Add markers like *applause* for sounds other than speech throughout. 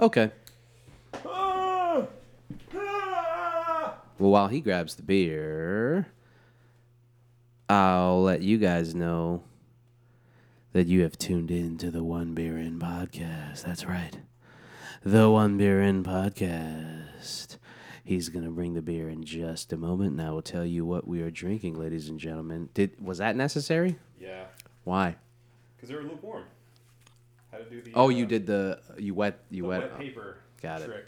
Okay. Well, while he grabs the beer, I'll let you guys know that you have tuned in to the One Beer In podcast. That's right. The One Beer In podcast. He's going to bring the beer in just a moment, and I will tell you what we are drinking, ladies and gentlemen. Did Was that necessary? Yeah, Why? because they were lukewarm. How to do the Oh, uh, you did the you wet you the wet. wet paper Got it. trick.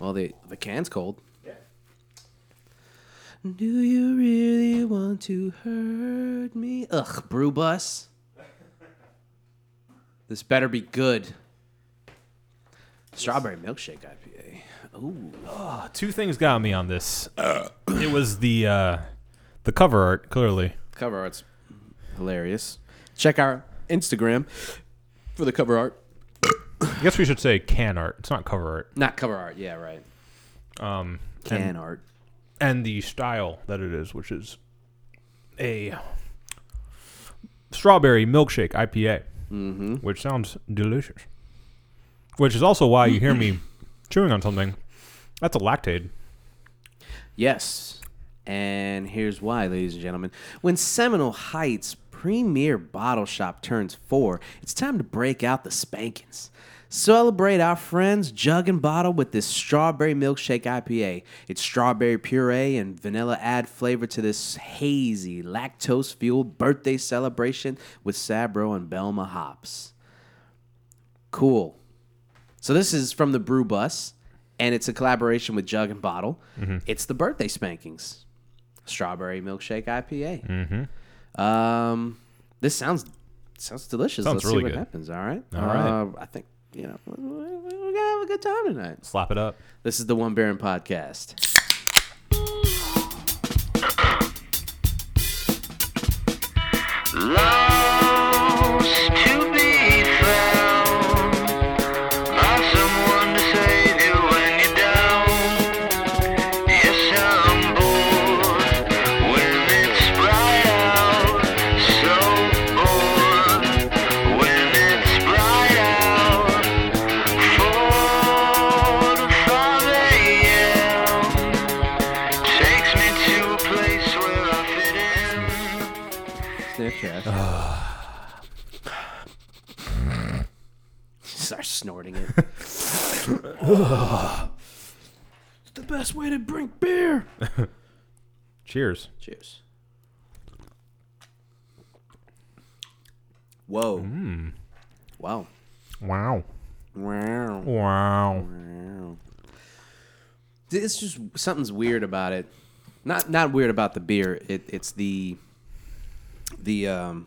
Well, the the can's cold. Yeah, Do you really want to hurt me? Ugh, brew bus. This better be good. Strawberry milkshake IPA. Ooh. Uh, Two things got me on this. *coughs* it was the uh, the cover art, clearly. Cover art's hilarious. Check our Instagram for the cover art. I guess we should say can art. It's not cover art. Not cover art, yeah, right. Um, Can art. and the style that it is, which is a strawberry milkshake IPA, mm-hmm. which sounds delicious. Which is also why you *coughs* hear me chewing on something. That's a lactaid. Yes. And here's why, ladies and gentlemen. When Seminole Heights Premier Bottle Shop turns four, it's time to break out the spankings. Celebrate our friends jug and bottle with this strawberry milkshake IPA. It's strawberry puree and vanilla add flavor to this hazy, lactose fueled birthday celebration with Sabro and Belma hops. Cool. So this is from the Brew Bus, and it's a collaboration with Jug and Bottle. Mm-hmm. It's the birthday spankings, strawberry milkshake IPA. Um, this sounds sounds delicious. Mm-hmm. Let's Sounds see really what good. happens. All right. All right. Uh, I think you know we- we- we're gonna have a good time tonight. Slap it up. This is the One Baron podcast. Lost to be found by someone to save you when you're down. Yes, I'm bored when it's bright out. So bored when it's bright out. Four to five a.m. takes me to a place where I fit in. Sniff test. Ah. *laughs* Start snorting *laughs* it. It's the best way to drink beer. *laughs* Cheers. Cheers. Whoa. Mm. Wow. Wow. Wow. Wow. It's just something's weird about it. Not not weird about the beer. It it's the the um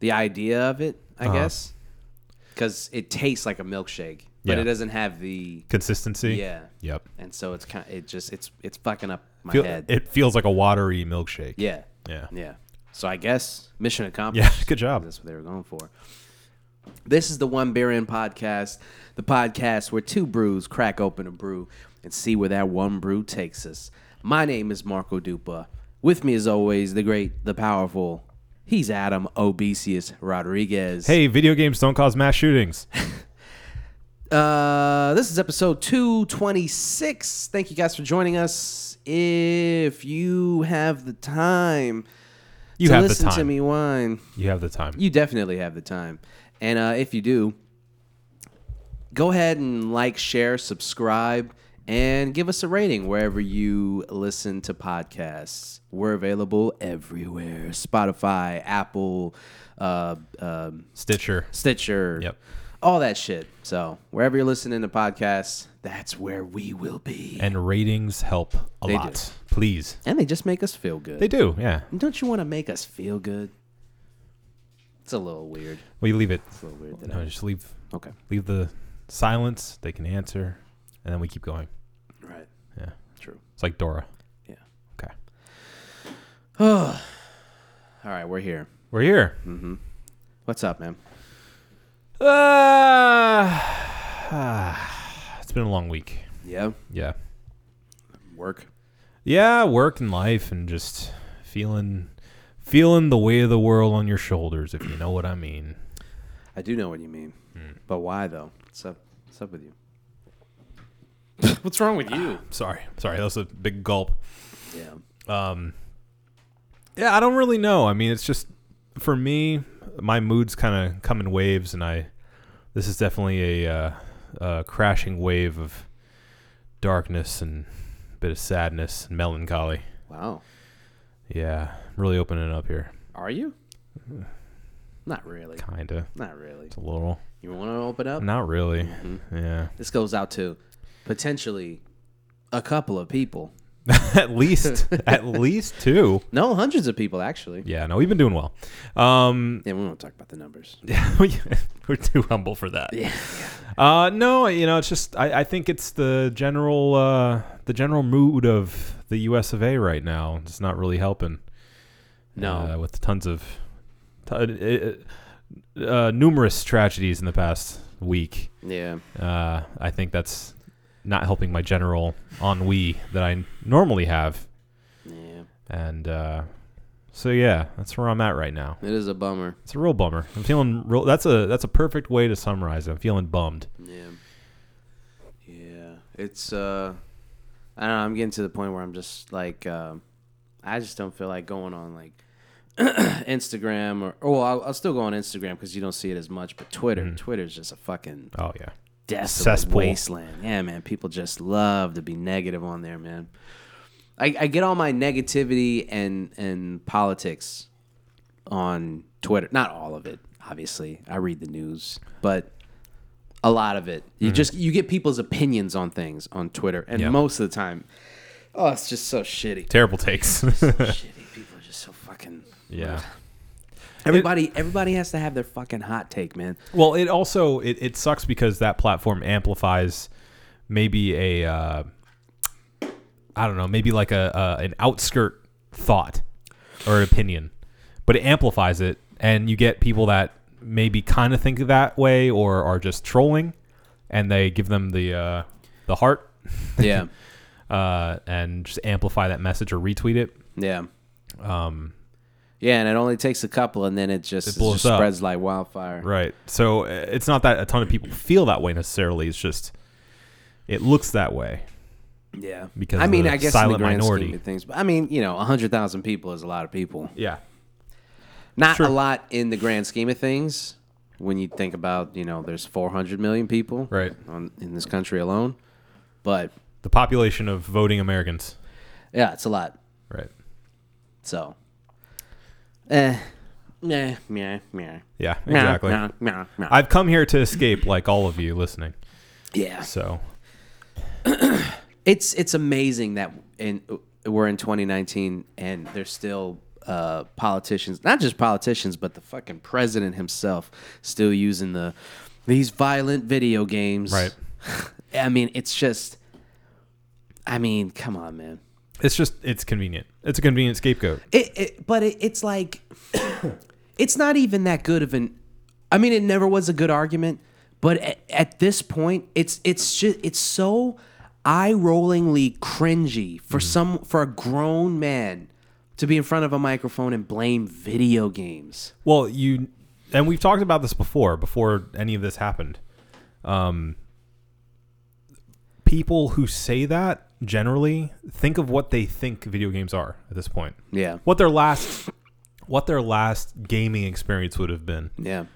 the idea of it, Uh-huh. I guess. 'Cause guess. Cuz it tastes like a milkshake, but Yeah. it doesn't have the Consistency. yeah. Yep. And so it's kind it just it's it's fucking up my Feel- head. it feels like a watery milkshake. yeah. Yeah. Yeah. So I guess mission accomplished. Yeah, *laughs* good *laughs* job. That's what they were going for. This is the One Beer In podcast, the podcast where two brews crack open a brew and see where that one brew takes us. My name is Marco Dupa. With me, as always, the great, the powerful. He's Adam Obesius Rodriguez. Hey, video games don't cause mass shootings. *laughs* Uh, this is episode 226. Thank you guys for joining us. If you have the time You to have the listen to time. me whine, You have the time. you definitely have the time. And uh, if you do, go ahead and like, share, subscribe, and give us a rating wherever you listen to podcasts. We're available everywhere Spotify, Apple, uh, um Stitcher. Stitcher, Yep. all that shit. So wherever you're listening to podcasts, that's where we will be. And ratings help a They lot. Please. And they just make us feel good. They do, yeah. Don't you want to make us feel good? It's a little weird. We leave it. It's a little weird. That No, just leave I, okay. leave the silence. They can answer, and then we keep going. Right. Yeah, *sighs* True. it's like Dora. Yeah. Okay, All right, we're here. we're here. What's up, man? Uh, *sighs* it's been a long week. Yeah, Yeah, work. yeah. Work and life, and just feeling feeling the weight of the world on your shoulders, if you know what I mean. I I do know what you mean, but why though? What's up? What's up with you? *laughs* What's wrong with you? Sorry, sorry, that was a big gulp. *sighs* Um, yeah. Yeah, I don't really know. I mean, it's just for me, my moods kind of come in waves, and I this is definitely a, uh, a crashing wave of darkness and a bit of sadness and melancholy. Wow. Yeah, I'm really opening up here, Are *sighs* you? Not really. kinda, Not really. a little. You want to open up? Mm-hmm. Not really. Yeah, *laughs* This goes out to potentially a couple of people. at least, *laughs* at least two. No, hundreds of people actually. Yeah, no, we've been doing well. Um, *laughs* Yeah, we won't talk about the numbers. we- we're too humble for that. Yeah. Uh, no, you know, it's just I, I think it's the general uh, the general mood of the U.S. of A. right now. It's not really helping. No. uh, with tons of t- uh, uh, numerous tragedies in the past week. Yeah. Uh, I think that's not helping my general ennui that I normally have, Yeah. and uh, so yeah, that's where I'm at right now. It is a bummer. It's a real bummer. I'm feeling real. That's a that's a perfect way to summarize. it. I'm feeling bummed. Yeah. Yeah. It's uh I don't know, I'm getting to the point where I'm just like um I just don't feel like going on like *clears throat* Instagram or oh I'll, I'll still go on Instagram because you don't see it as much, but Twitter, Twitter's just a fucking Oh yeah, desolate Cesspool. wasteland. Yeah, man, people just love to be negative on there, man. I, I get all my negativity and and politics on Twitter. Not all of it, obviously. I read the news, but a lot of it. You just you get people's opinions on things on Twitter, and Mm-hmm. Yeah. most of the time, oh, it's just so *laughs* shitty. terrible takes. shitty people are just so fucking. yeah. Everybody, everybody has to have their fucking hot take, man. Well, it also it, it sucks because that platform amplifies maybe a uh, I don't know maybe like a uh, an outskirt thought or opinion, but it amplifies it, and you get people that maybe kind of think that way or are just trolling, and they give them the uh, the heart Yeah, *laughs* uh, and just amplify that message or retweet it. yeah. Um. Yeah, and it only takes a couple, and then it just, it blows just up. spreads like wildfire. Right. So uh, it's not that a ton of people feel that way necessarily. It's just it looks that way. Yeah, Because I of mean, the I guess in silent the grand minority. scheme of things, but I mean, you know, hundred thousand people is a lot of people. Yeah. Not Sure. a lot in the grand scheme of things when you think about, you know, there's four hundred million people Right. on, in this country alone, but The population of voting Americans. yeah, it's a lot. Right. So, eh, meh, meh, meh. Yeah, Meh, exactly. meh, meh, meh. I've come here to escape like all of you listening. yeah, So, it's it's amazing that in we're in 2019 and there's still uh, politicians, not just politicians, but the fucking president himself still using the these violent video games. Right. *laughs* I mean, it's just. I mean, come on, man. it's just it's convenient. It's a convenient scapegoat. It, it but it, it's like, *coughs* it's not even that good of an. I mean, it never was a good argument, but at, at this point, it's it's just it's so eye-rollingly cringy for some for a grown man to be in front of a microphone and blame video games. Well, you and we've talked about this before before any of this happened. Um people who say that generally think of what they think video games are at this point. Yeah, What their last what their last gaming experience would have been. yeah,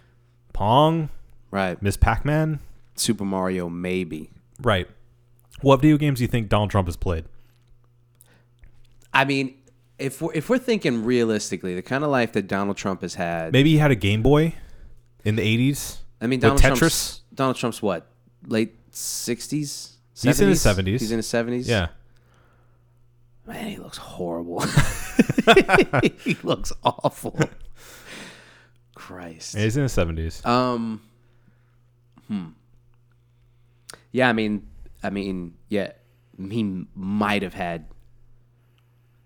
Pong, right. Miss Pac-Man, Super Mario, maybe. right. What video games do you think Donald Trump has played? I mean, if we're if we're thinking realistically, the kind of life that Donald Trump has had. Maybe he had a Game Boy in the eighties. I mean, With Donald Tetris? Trump's Donald Trump's what? Late sixties. He's in his 70s. He's in his seventies. Yeah. man, he looks *laughs* horrible. *laughs* he looks awful. Christ. Yeah, he's in his seventies. Um. Hmm. Yeah, I mean, I mean, yeah, he might have had,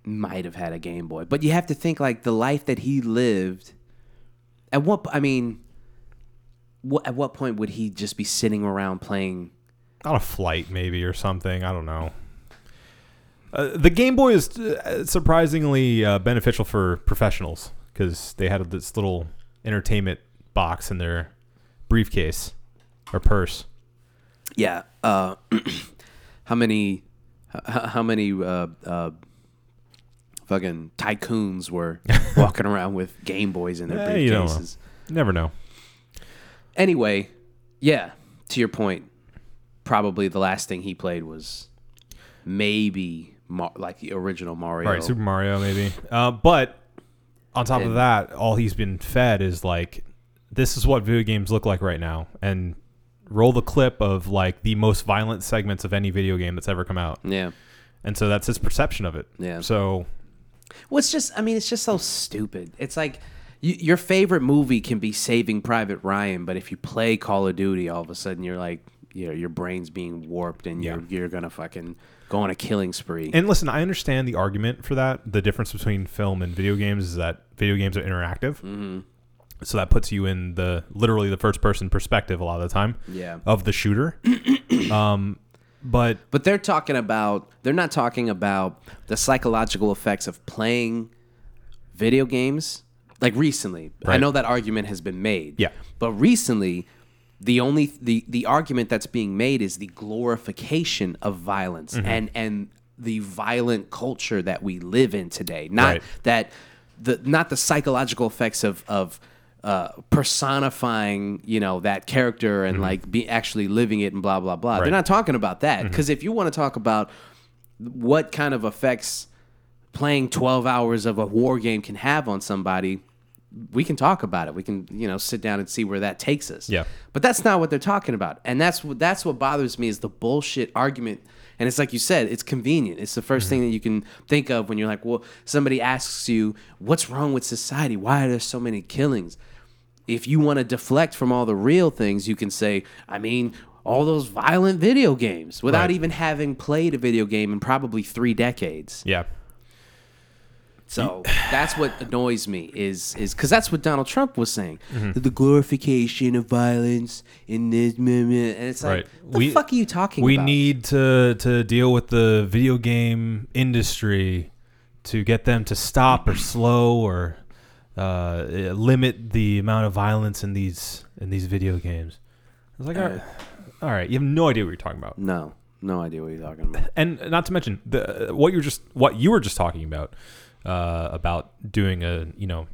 might have had a Game Boy, but you have to think like the life that he lived. At what? p- I mean, what? At what point would he just be sitting around playing? on a flight maybe or something. I don't know. Uh, the Game Boy is uh, surprisingly uh, beneficial for professionals because they had this little entertainment box in their briefcase or purse. Yeah. Uh, *clears throat* how many? h- h- How many? Uh, uh, fucking tycoons *laughs* were walking around with Game Boys in their Eh, you don't know. briefcases. Never know. Anyway, yeah. To your point, probably the last thing he played was maybe Mar- like the original Mario. All right, Super Mario maybe. Uh, but on top of that, all he's been fed is like, this is what video games look like right now, and roll the clip of like the most violent segments of any video game that's ever come out, yeah. and so that's his perception of it. Yeah. So Well, it's just, I mean, it's just so stupid. It's like y- your favorite movie can be Saving Private Ryan, but if you play Call of Duty, all of a sudden you're like, you know, your brain's being warped and you're, you're going to fucking go on a killing spree. And listen, I understand the argument for that. The difference between film and video games is that video games are interactive. Mm-hmm. So that puts you in the literally the first person perspective a lot of the time. Yeah. Of *coughs* the shooter. um, but but they're talking about, they're not talking about the psychological effects of playing video games. Like recently, I Right. know that argument has been made. Yeah. But recently, the only the the argument that's being made is the glorification of violence Mm-hmm. and and the violent culture that we live in today. Not Right. that the not the psychological effects of of uh, personifying, you know, that character and like be actually living it and blah blah blah. They're Mm-hmm. Right. Mm-hmm. not talking about that because if you want to talk about what kind of effects playing 12 hours of a war game can have on somebody we can talk about it we can you know sit down and see where that takes us Yeah. but that's not what they're talking about and that's what that's what bothers me is the bullshit argument and it's like you said it's convenient it's the 1st thing that you can think of when you're like well somebody asks you what's wrong with society why are there so many killings if you want to deflect from all the real things, you can say, I mean, all those violent video games without Right. even having played a video game in probably three decades. yeah. So that's what annoys me is is because that's what Donald Trump was saying, Mm-hmm. the glorification of violence in this, meh, meh. and it's like, Right. what the We- fuck are you talking We about? need to to deal with the video game industry to get them to stop or slow or uh, limit the amount of violence in these in these video games. I was like, all right, Uh, all right, you have no idea what you're talking about. no, no idea what you're talking about. *laughs* and not to mention the what you were just what you were just talking about uh, about doing a you know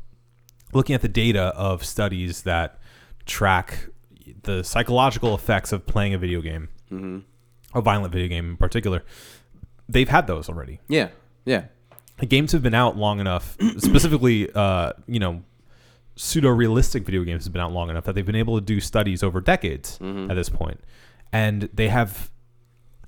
looking at the data of studies that track the psychological effects of playing a video game, a violent video game in particular. They've had those already. Yeah, yeah, The games have been out long enough, *clears throat* specifically, uh, you know, pseudo realistic video games have been out long enough that they've been able to do studies over decades at this point, and they have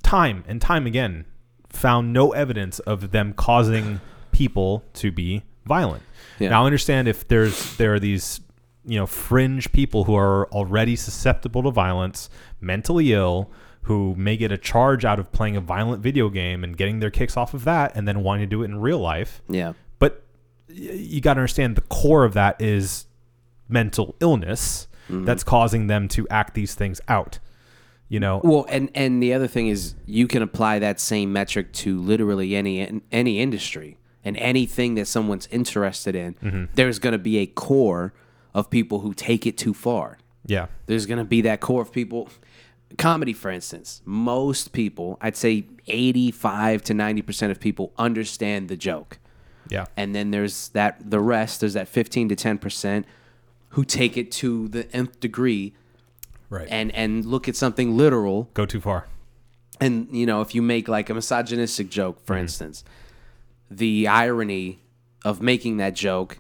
time and time again found no evidence of them causing people to be violent. Yeah. Now I understand if there's there are these you know fringe people who are already susceptible to violence, mentally ill, who may get a charge out of playing a violent video game and getting their kicks off of that and then wanting to do it in real life. yeah, But y- you got to understand the core of that is mental illness that's causing them to act these things out. You know, Well, and and the other thing is you can apply that same metric to literally any any industry and anything that someone's interested in. Mm-hmm. There's going to be a core of people who take it too far. yeah. There's going to be that core of people. Comedy, for instance, most people, I'd say 85 to 90% of people understand the joke. Yeah. And then there's that the rest, there's that 15 to 10% who take it to the nth degree Right. and and look at something literal Go too far. and you know if you make like a misogynistic joke Mm-hmm. for instance the irony of making that joke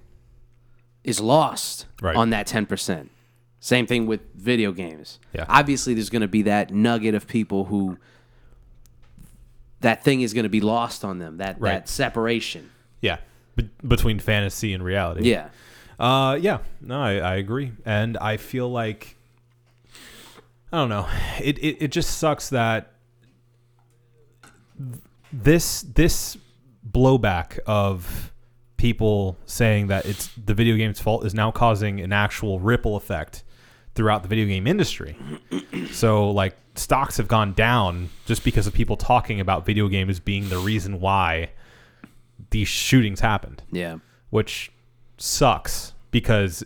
is lost Right. on that 10% same thing with video games Yeah. obviously there's going to be that nugget of people who that thing is going to be lost on them that Right. that separation Yeah. Be- between fantasy and reality. yeah Uh, yeah, no, I, I agree, and I feel like I don't know. It it, it just sucks that th- this this blowback of people saying that it's the video game's fault is now causing an actual ripple effect throughout the video game industry. *clears throat* so like stocks have gone down just because of people talking about video games being the reason why these shootings happened yeah which sucks because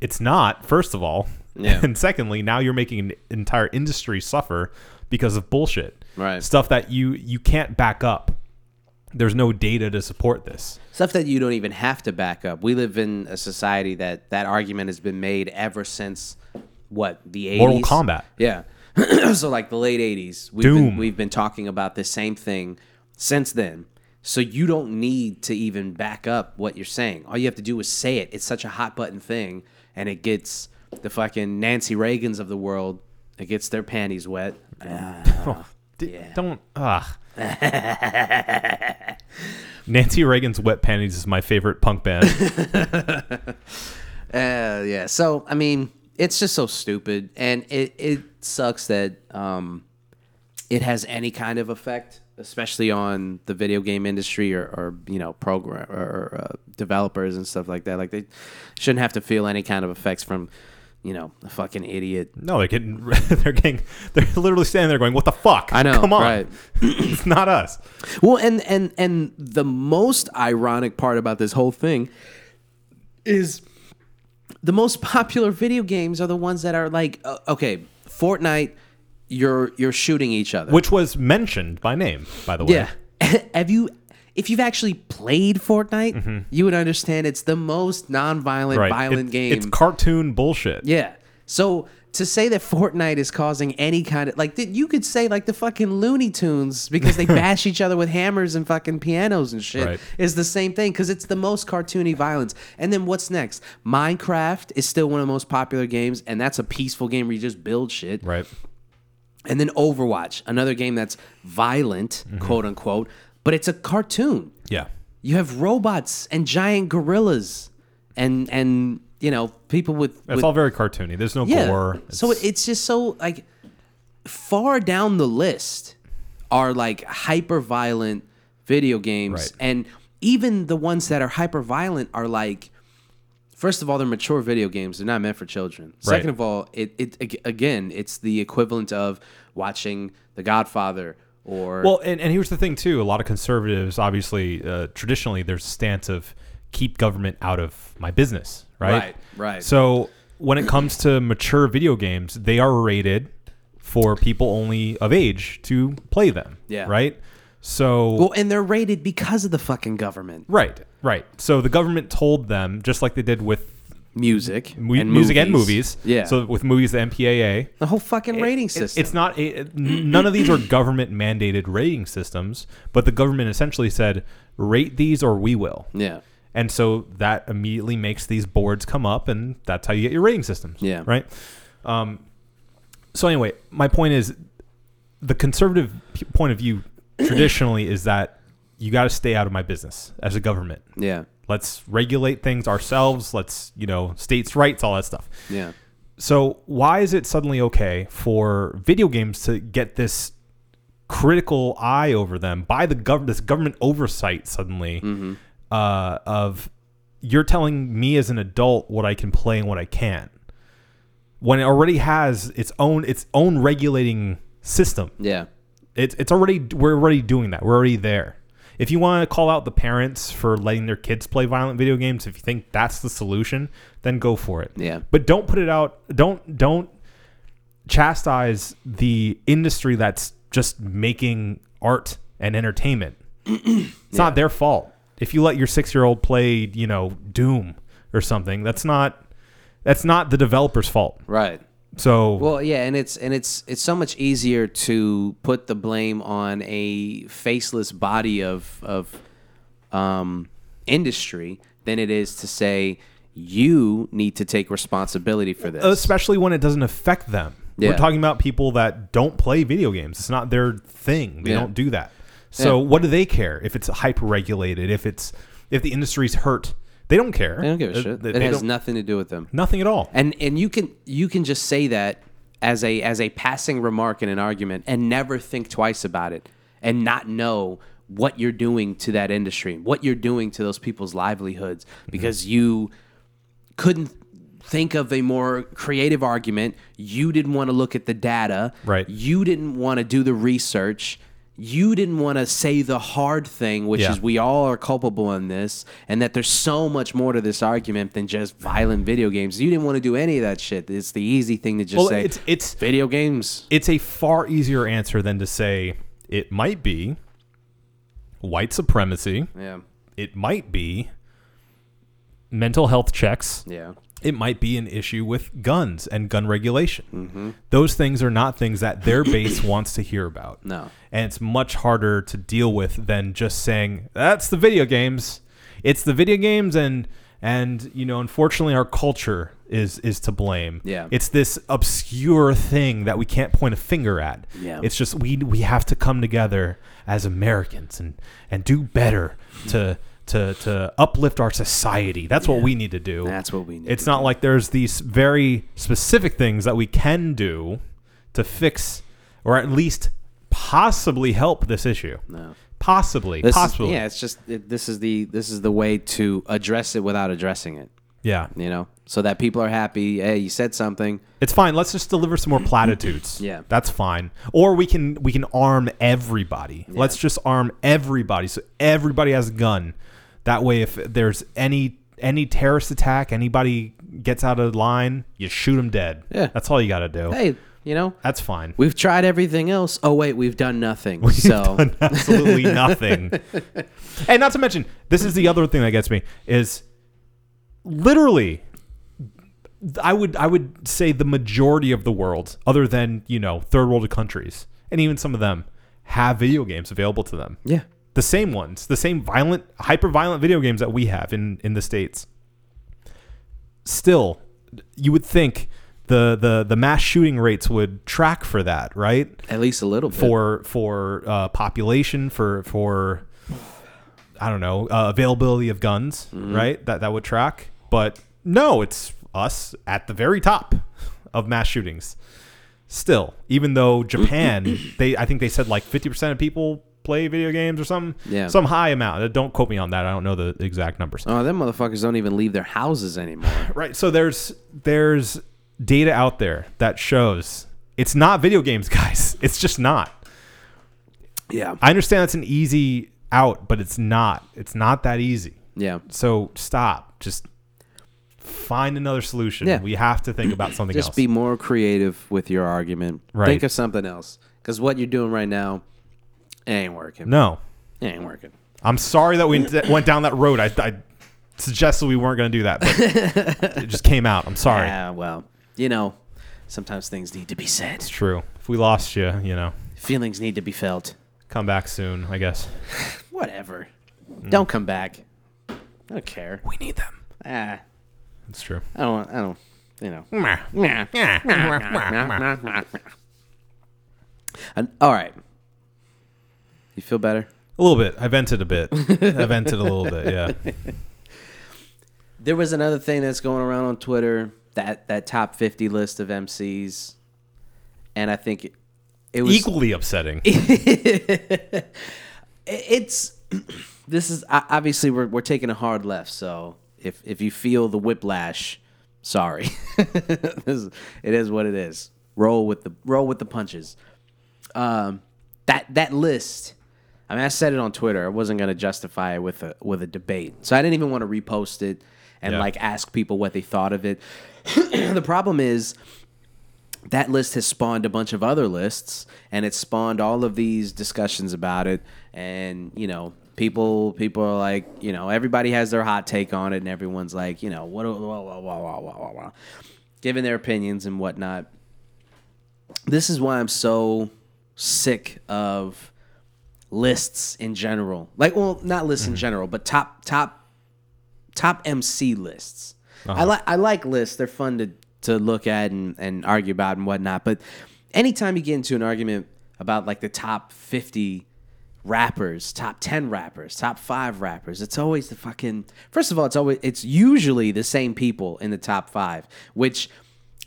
it's not first of all Yeah. *laughs* And secondly, now you're making an entire industry suffer because of bullshit. Right. Stuff that you you can't back up. There's no data to support this. Stuff that you don't even have to back up. We live in a society that that argument has been made ever since what the 80s. Mortal Kombat. Yeah. *clears throat* so like the late 80s, we've been Doom. we've been talking about this same thing since then. So you don't need to even back up what you're saying. All you have to do is say it. It's such a hot button thing and it gets the fucking Nancy Reagans of the world, it gets their panties wet. Oh, d- Don't. Ugh. Nancy Reagan's Wet Panties is my favorite *laughs* punk band. Uh, yeah. So I mean, it's just so stupid, and it it sucks that um, it has any kind of effect, especially on the video game industry or, or you know program or, or uh, developers and stuff like that. Like they shouldn't have to feel any kind of effects from you know a fucking idiot. No, they're getting, *laughs* they're getting, they're literally standing there going, "What the fuck?" I know, Come on, right. *laughs* it's not us. Well, and and and the most ironic part about this whole thing is the most *laughs* popular video games are the ones that are like uh, okay, Fortnite, you're you're shooting each other. Which was mentioned by name, by the way. yeah. *laughs* Have you if you've actually played Fortnite, you would understand it's the most non-violent Mm-hmm. right. violent It- game. It's cartoon bullshit. Yeah. So to say that Fortnite is causing any kind of like that, you could say like the fucking Looney Tunes because *laughs* they bash each other with hammers and fucking pianos and shit Right. is the same thing because it's the most cartoony violence. And then what's next? Minecraft is still one of the most popular games, and that's a peaceful game where you just build shit. Right. And then Overwatch, another game that's violent, Mm-hmm. quote unquote, but it's a cartoon. Yeah. You have robots and giant gorillas, and and you know people with It's with all very cartoony. There's no gore. so it- it's just so like far down the list are like hyper violent video games, Right. and even the ones that are hyper violent are like. First of all, they're mature video games. They're not meant for children. Second of all, it, it ag- again, it's the equivalent of watching The Godfather or Well, and, and here's the thing too. A lot of conservatives, obviously, uh, traditionally, there's a stance of keep government out of my business, right? Right, right. So when it comes to mature video games, they are rated for people only of age to play them. Yeah. Right. So well, and they're rated because of the fucking government. right, right. So the government told them just like they did with Music, mu- music and movies. Yeah, So with movies, the MPAA. the whole fucking rating It- it- system. It's not. a- it- none of these are government mandated rating systems, but the government essentially said, "Rate these, or we will." yeah, And so that immediately makes these boards come up, and that's how you get your rating systems. Yeah. Right. Um, so anyway, my point is, the conservative p- point of view traditionally is that you got to stay out of my business as a government. yeah, Let's regulate things ourselves. Let's you know states' rights, all that stuff. yeah. So why is it suddenly okay for video games to get this critical eye over them by the government? This government oversight suddenly uh, of you're telling me as an adult what I can play and what I can't, when it already has its own its own regulating system. Yeah. It's it's already we're already doing that. We're already there. If you want to call out the parents for letting their kids play violent video games, if you think that's the solution, then go for it. Yeah. But don't put it out. Don't don't chastise the industry that's just making art and entertainment. it's not their fault. If you let your 6-year-old play, you know, Doom or something, that's not that's not the developer's fault. Right. So Well, yeah, and it's and it's it's so much easier to put the blame on a faceless body of of um, industry than it is to say you need to take responsibility for this. especially when it doesn't affect them. Yeah. We're talking about people that don't play video games. It's not their thing. They Yeah. don't do that. So Yeah. what do they care if it's hyper regulated? If it's if the industry's hurt, they don't care. I don't give a Uh, shit. they- It they has don't- nothing to do with them. nothing at all. And and you can you can just say that as a as a passing remark in an argument and never think twice about it and not know what you're doing to that industry, what you're doing to those people's livelihoods because you couldn't think of a more creative argument. You didn't want to look at the data. Right. You didn't want to do the research. you didn't want to say the hard thing, which Yeah. is we all are culpable in this, and that there's so much more to this argument than just violent video games. You didn't want to do any of that shit. It's the easy thing to just Well, say it's it's video games. it's a far easier answer than to say it might be white supremacy. Yeah, It might be mental health checks. yeah. It might be an issue with guns and gun regulation. Mm-hmm. Those things are not things that their *coughs* base wants to hear about. No. And it's much harder to deal with than just saying, that's the video games. It's the video games and and you know, unfortunately our culture is is to blame. Yeah. It's this obscure thing that we can't point a finger at. Yeah. It's just we we have to come together as Americans and and do better to to to uplift our society. That's what we need to do. That's what we need It's to not like there's these very specific things that we can do to fix or at least possibly help this issue. No. Possibly. This is- possibly. yeah, it's just it, this is the this is the way to address it without addressing it. yeah. You know, so that people are happy. Hey, you said something. It's fine. Let's just deliver *clears throat* some more platitudes. Yeah. that's fine. Or we can we can arm everybody. Let's just arm everybody so everybody has a gun. That way, if there's any any terrorist attack, anybody gets out of line, you shoot them dead. Yeah. that's all you got to do. Hey, you know, That's fine. we've tried everything else. Oh wait, we've done nothing. so absolutely nothing. and not to mention, this is the other thing that gets me is literally I would I would say the majority of the world, other than, you know, third world countries, and even some of them, have video games available to them. yeah, The same ones, the same violent, hyper violent video games that we have in, in the States. Still, you would think the, the, the mass shooting rates would track for that, right? at least a little bit. for for uh, population for for I don't know uh, availability of guns, Mm-hmm. right? That that would track, but no, it's us at the very top of mass shootings. Still, *clears throat* even though Japan, they I think they said like fifty percent of people play video games or some Yeah. some high amount. Uh, Don't quote me on that. I don't know the exact numbers. Oh, them motherfuckers don't even leave their houses anymore. Right. So there's there's data out there that shows it's not video games, *laughs* guys. It's just not. Yeah, I understand that's an easy out, but it's not. It's not that easy. yeah. So stop. Just find another solution. Yeah. We have to think about something Just else. be more creative with your argument. Right. Think of something else, because what you're doing right now, it ain't working. no. It ain't working. I'm sorry that we d- went down that road. I, I suggested we weren't going to do that, but it just came out. I'm sorry. Yeah, Ah, well, you know, sometimes things need to be said. It's true. If we lost you, you know, Feelings need to be felt. come back soon, I guess. Whatever. Mm. Don't come back. I don't care. We need them. Ah, It's *laughs* true. I don't. want- I don't. You know. And- all right. You feel better? A little bit. I vented a bit. I vented a little bit. *laughs* Yeah. There was another thing that's going around on Twitter that that top fifty list of MCs, and I think it, it was *laughs* Equally upsetting. it's *clears throat* this is o- obviously we're we're taking a hard left. So if if you feel the whiplash, sorry, *laughs* this, is- it is what it is. Roll with the roll with the punches. Um, that that list. I mean, I said it on Twitter. I wasn't gonna justify it with a with a debate, so I didn't even want to repost it and Yeah. like ask people what they thought of it. *clears throat* the problem is that list has spawned a bunch of other lists and it's spawned all of these discussions about it and you know people people are like you know everybody has their hot take on it and everyone's like you know what whoa, whoa, whoa, whoa, whoa, whoa, whoa, whoa, giving their opinions and whatnot this is why i'm so sick of lists in general like well not lists in general but top top top MC lists. I like I like lists. They're fun to to look at and, and argue about and whatnot. But anytime you get into an argument about like the top fifty rappers, top ten rappers, top five rappers, it's always the fucking first of all, it's always it's usually the same people in the top five, which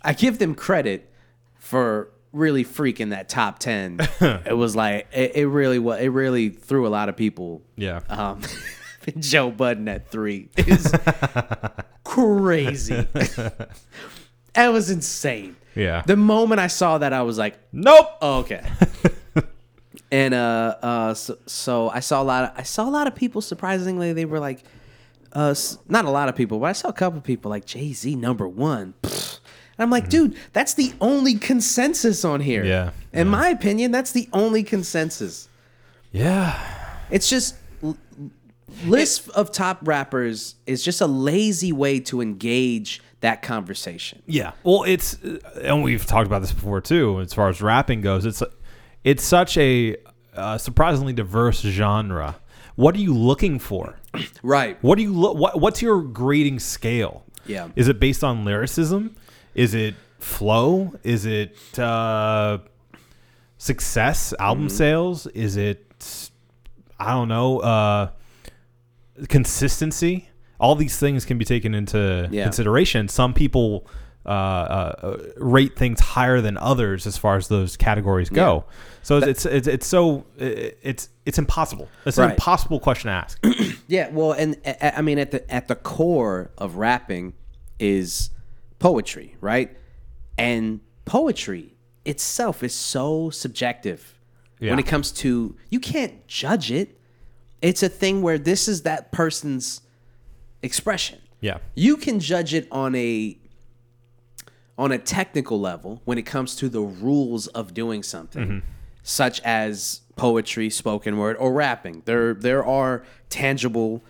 I give them credit for really freaking that top ten. it was like it, it really was it really threw a lot of people Yeah. um, *laughs* Joe Budden at three *laughs* is crazy. that was insane. Yeah. *laughs* The moment I saw that, I was like, nope. oh, okay. And uh, uh, so, so I saw a lot. Of, I saw a lot of people. Surprisingly, they were like, uh, s- not a lot of people, but I saw a couple people like Jay Z number one. Pfft. And I'm like, dude, that's the only consensus on here. Mm-hmm. Yeah, In my opinion, that's the only consensus. Yeah. It's just l- list of top rappers is just a lazy way to engage that conversation. Yeah. Well, it's uh, and we've talked about this before too. As far as rapping goes, it's it's such a uh, surprisingly diverse genre. What are you looking for? Right. What do you look? What What's your grading scale? Yeah. Is it based on lyricism? Is it flow? Is it uh, success? Album Mm-hmm. sales? Is it I don't know uh, consistency? All these things can be taken into Yeah. consideration. Some people uh, uh, rate things higher than others as far as those categories go. So it's, it's it's so it's it's impossible. It's an Right. impossible question *clears throat* to ask. Yeah, well, and a- a- I mean, at the at the core of rapping is poetry, right? And poetry itself is so subjective Yeah. when it comes to you can't judge it. It's a thing where this is that person's expression. yeah. You can judge it on a on a technical level when it comes to the rules of doing something, such as poetry, spoken word, or rapping. There there are tangible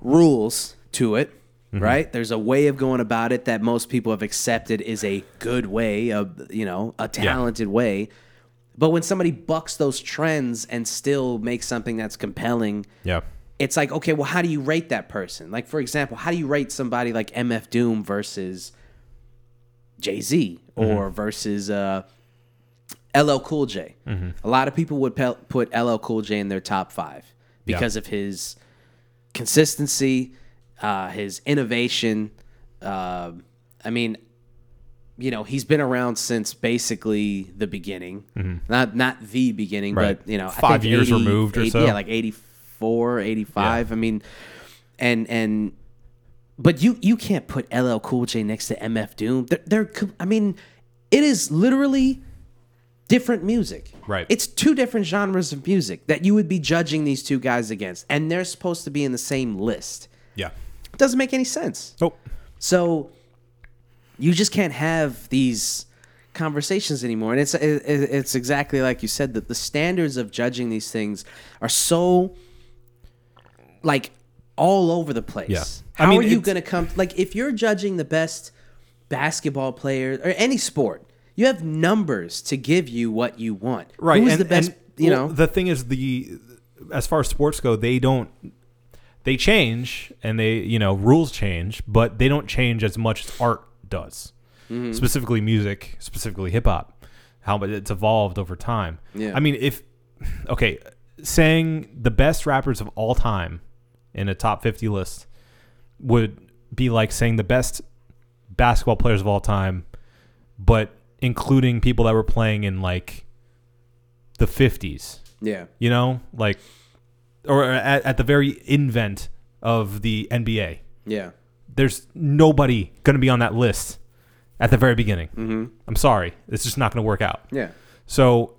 rules to it, right? There's a way of going about it that most people have accepted is a good way, a you know, a talented way. But when somebody bucks those trends and still makes something that's compelling, Yeah. it's like okay well how do you rate that person like for example how do you rate somebody like mf doom versus jay-z or versus uh, ll cool j a lot of people would pe- put ll cool j in their top five Yeah. because of his consistency uh, his innovation uh, i mean you know he's been around since basically the beginning not not the beginning Mm-hmm. Right. but you know I Five think years removed or so. yeah like 84 85 i mean and and but you you can't put ll cool j next to mf doom they're, they're co- i mean it is literally different music Right. it's two different genres of music that you would be judging these two guys against and they're supposed to be in the same list Yeah. it doesn't make any sense Oh. so you just can't have these conversations anymore, and it's it, it- it's exactly like you said that the standards of judging these things are so like all over the place. Yeah. I How mean, are you it's- gonna come like if you're judging the best basketball player or any sport, you have numbers to give you what you want. right Who's and, the best? and, you well, know. the thing is the as far as sports go they don't they change and they you know rules change but they don't change as much as art does specifically music specifically hip-hop how mu- it's evolved over time Yeah. i mean if okay saying the best rappers of all time in a top 50 list would be like saying the best basketball players of all time but including people that were playing in like the 50s yeah. you know like or at, at the very invent of the nba Yeah. there's nobody going to be on that list at the very beginning mm-hmm. i'm sorry it's just not going to work out Yeah. so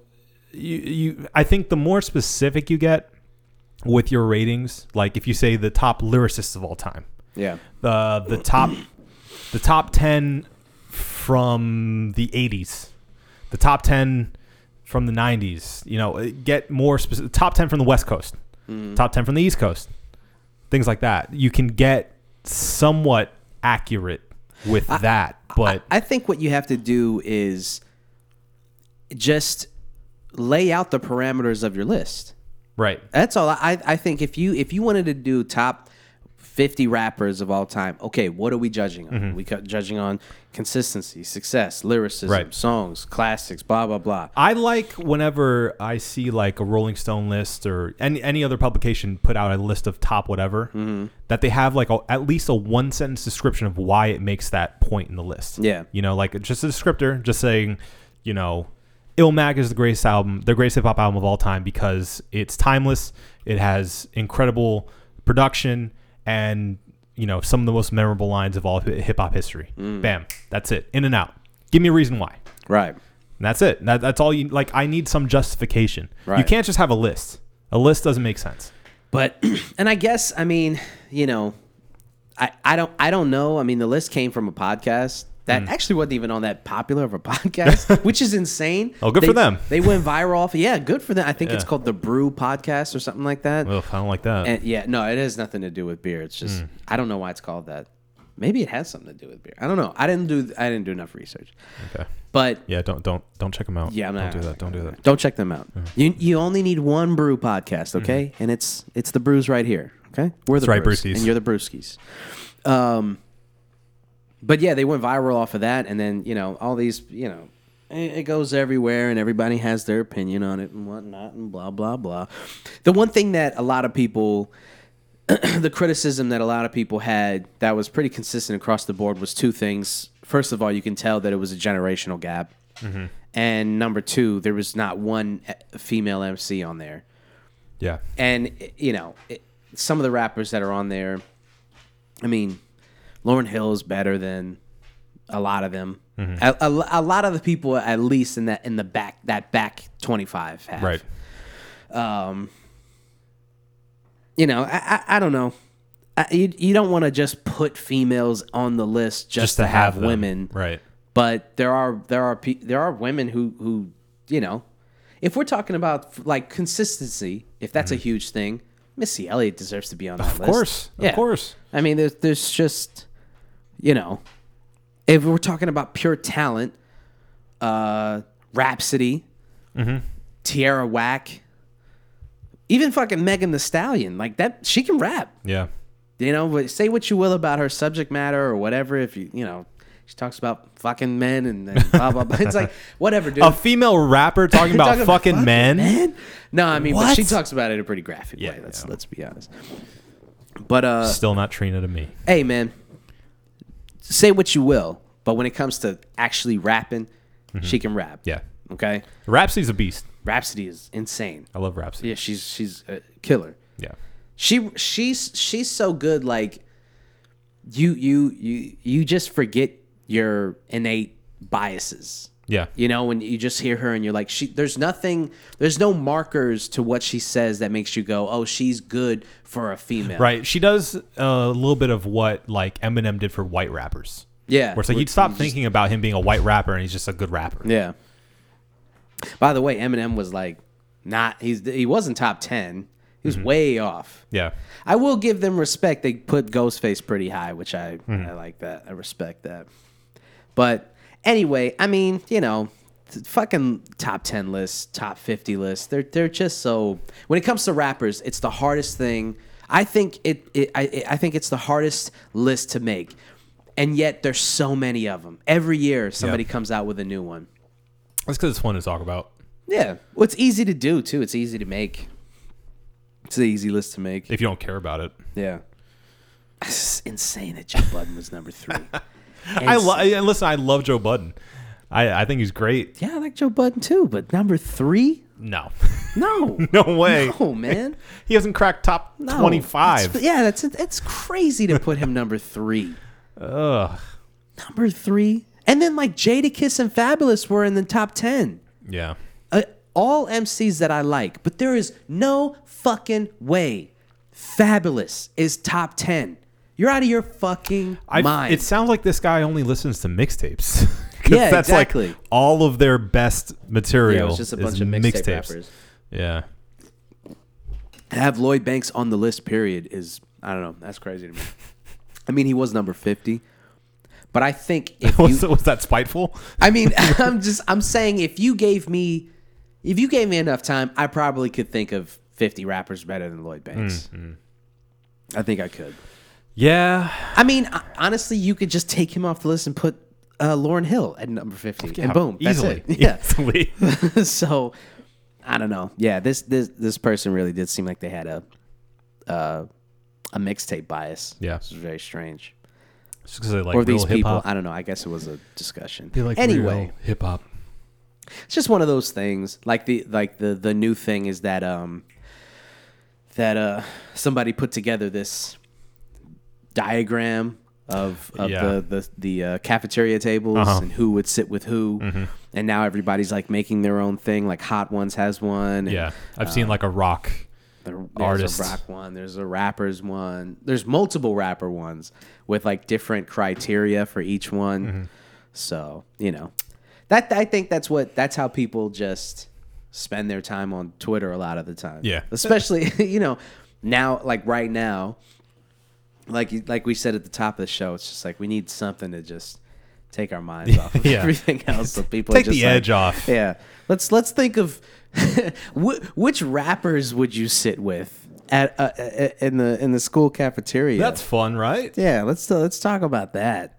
you, you i think the more specific you get with your ratings like if you say the top lyricists of all time Yeah. the the top the top 10 from the 80s the top 10 from the 90s you know uh, get more specific top 10 from the west coast Mm. top 10 from the east coast things like that you can get somewhat accurate with that but I think what you have to do is just lay out the parameters of your list. right That's all. I I think if you if you wanted to do top fifty rappers of all time, okay, what are we judging on? We cut judging on consistency, success, lyricism, Right. songs, classics, blah blah blah. I like whenever I see like a Rolling Stone list or any any other publication put out a list of top whatever that they have like a, at least a one sentence description of why it makes that point in the list. Yeah. you know, like just a descriptor, just saying, you know, Illmac is the greatest album, the greatest hip hop album of all time because it's timeless. It has incredible production and you know some of the most memorable lines of all hip hop history. Bam, that's it. In and out. Give me a reason why. Right. And that's it. That, that's all you like. I need some justification. You Right. can't just have a list. A list doesn't make sense. But *clears throat* and I guess I mean, you know, I, I don't I don't know. I mean, the list came from a podcast Hmm. that actually wasn't even on that popular *laughs* of a *laughs* podcast, which is insane. Oh, good for They- them. They went viral off. Yeah, good for them. I think it's Yeah. called the Brew Podcast or something like that. Ugh, I don't like that. And yeah, no, it has nothing to do with beer. It's Hmm. just I don't know why it's called that. Maybe it has something to do with beer. I don't know. I didn't do I didn't do enough research. okay. But Yeah. Don't don't don't check them out. yeah, I'm not Don't do that. Don't do that. Don't check them out. You you only need one brew podcast, okay? And it's it's the brews right here, okay? We're the Mm-hmm. That's right, brews, brewskies. and you're the brewskis. Um, but yeah, they went viral off of that, and then you know all these, you know, it, it goes everywhere, and everybody has their opinion on it and whatnot, and blah blah blah. The one thing that a lot of people *clears throat* the criticism that a lot of people had that was pretty consistent across the board was two things. First of all, you can tell that it was a generational gap, Mm-hmm. and number two, there was not one eh, female MC on there. Yeah. And eh, you know, it, some of the rappers that are on there, I mean, Lauren Hill is better than a lot of them. A, a- a lot of the people, at least in that in the back that back twenty five, have Right. you know, I I, I don't know. I, you, you don't want to just put females on the list just, to, have, them. women, Right. but there are there are pe- there are women who who you know, if we're talking about like consistency, if that's a huge thing, Missy Elliott deserves to be on that Mm-hmm. Of list. course. Of Yeah. course. I mean, there's there's just, you know, if we're talking about pure talent, uh, Rhapsody, Mm-hmm. Tierra Whack, even fucking Megan the Stallion, like that, she can rap. Yeah. You know, but say what you will about her subject matter or whatever. If you you know, she talks about fucking men and, and blah blah blah. *laughs* It's like whatever, dude. A female *laughs* rapper talking about Talking fucking men. No, I mean, but What? she talks about it in a pretty graphic Yeah, way. Let's yeah. let's be honest. But uh, Still not Trina to me. hey man, say what you will, but when it comes to actually rapping, she can rap. Mm-hmm. Yeah. Okay. Rhapsody's a beast. Rhapsody is insane. I love Rhapsody. Yeah, she's she's a killer. Yeah. She she's she's so good. Like you you you you just forget your innate biases. Yeah. You know, when you just hear her and you're like, she, there's nothing, there's no markers to what she says that makes you go, oh, she's good for a female. Right. She does a little bit of what like Eminem did for white rappers. Yeah. Where it's like you'd stop thinking about him being a white rapper and he's just a good rapper. Yeah. By the way, Eminem was like not he's he wasn't top ten. He was Mm-hmm. way off. Yeah. I will give them respect. They put Ghostface pretty high, which I I like that. I respect that. But anyway, I mean, you know, th- fucking top 10 lists, top 50 lists. They're they're just so when it comes to rappers, it's the hardest thing. I think it, it I it- I think it's the hardest list to make. And yet there's so many of them. Every year somebody comes out with a new one. That's because it's fun to talk about. Yeah. Well, it's easy to do too. It's easy to make. It's an easy list to make. If you don't care about it. yeah. It's insane that Joe Budden was number *laughs* three. *laughs* I lo- I- listen, I love Joe Budden. I, I think he's great. yeah, I like Joe Budden too, but number three? No. No. no way. No, man. *laughs* He hasn't cracked top No. 25. That's- yeah, that's that's crazy to put him number three. Ugh. Number three, and then like Jadakiss and Fabulous were in the top ten. Yeah. uh, all MCs that I like, but there is no fucking way. Fabulous is top 10. You're out of your fucking I, mind. It sounds like this guy only listens to mixtapes. *laughs* 'Cause Yeah, that's exactly. Like all of their best Yeah, material it was just a is bunch of mixtape rappers. Yeah. *laughs* To have Lloyd Banks on the list, period, is, I don't know, that's crazy *laughs* to me. I mean, he was number 50, but I think if you. Was, was that spiteful? I *laughs* mean, *laughs* I'm just I'm saying if you gave me if you gave me enough time, I probably could think of 50 rappers better than Lloyd Banks. Mm, I think I could. Yeah. I mean, ho- honestly, you could just take him off the list and put uh, Lauren Hill at number 50, and boom, Easily. that's it. *laughs* *laughs* Easily. Yeah. *laughs* so, I don't know. Yeah, this this this person really did seem like they had a uh, a mixtape bias. Yeah. which is very strange. Just because they like or these real people, hip-hop. I don't know. I guess it was a discussion. They like anyway, hip hop. it's just one of those things. Like the like the the new thing is that um that uh somebody put together this diagram of of Yeah. the the, the uh, cafeteria tables Uh-huh. Mm-hmm. and who would sit with who. and now everybody's like making their own thing. Like Hot Ones has one. and Yeah, I've seen like a rock. there- There's Artists. a rock one. There's a rappers one. There's multiple rapper ones with like different criteria for each one. Mm-hmm. So you know, that I think that's what that's how people just spend their time on Twitter a lot of the time. Yeah. especially *laughs* you know now like right now, like you- like we said at the top of the show, it's just like we need something to just take our minds off of *laughs* Yeah. everything else. So people are Take just the like, edge *laughs* off. yeah. Let's let's think of *laughs* wh- which rappers would you sit with at uh, uh, in the in the school cafeteria. That's fun, right? yeah. Let's uh, let's talk about that.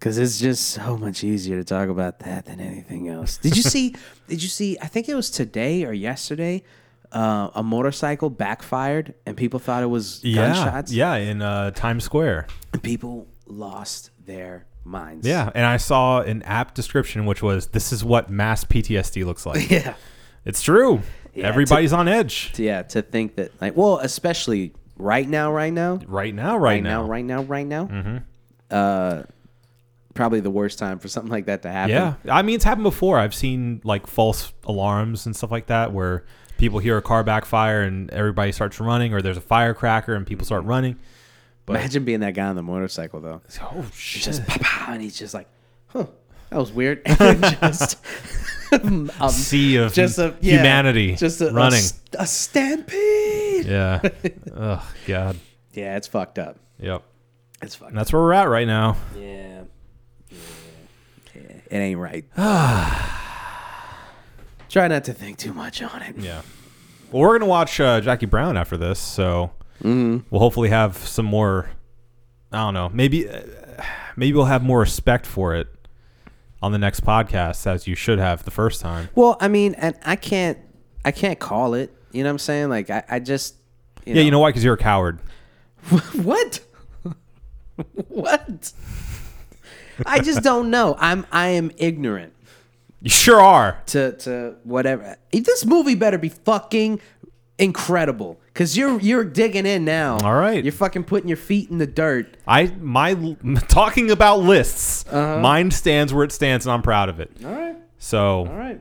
Cause it's just so much easier to talk about that than anything else. *laughs* Did you see? did you see? I think it was today or yesterday. Uh, a motorcycle backfired, and people thought it was Yeah, gunshots. yeah, in uh, Times Square. and people lost their minds. Yeah, and I saw an app description which was this is what mass PTSD looks *laughs* like. yeah. It's true. Yeah, Everybody's on edge yeah to think that like well especially right now right now right now. Right, right now, now. right now right now mm-hmm. uh probably the worst time for something like that to happen Yeah, I mean it's happened before. I've seen like false alarms and stuff like that where people hear a car backfire and everybody starts running, or there's a firecracker and people start running. imagine being that guy on the motorcycle *laughs* though Oh It's shit! just pow, and he's just like huh that was weird *laughs* *laughs* and just um, sea of just a yeah, humanity just a, a running. st- a stampede *laughs* yeah. oh god. yeah it's fucked up Yep. it's fucked And that's where we're at right now. up yeah. yeah yeah it ain't *sighs* right try not to think too much on it Yeah. Well, we're gonna watch uh, Jackie Brown after this, so Mm-hmm. we'll hopefully have some more. I don't know. Maybe, uh, maybe we'll have more respect for it on the next podcast, as you should have the first time. Well, I mean, and I can't, I can't call it. You know what I'm saying? Like, I, I just, you Yeah, you know why? Because you're a coward. *laughs* what? *laughs* what? I just don't know. I'm, I am ignorant You sure are. to, to whatever. This movie better be fucking incredible, cause you're, you're digging in now. All right. you're fucking putting your feet in the dirt. I my *laughs* talking about lists. Uh-huh. Mine stands where it stands, and I'm proud of it. All right, So all right,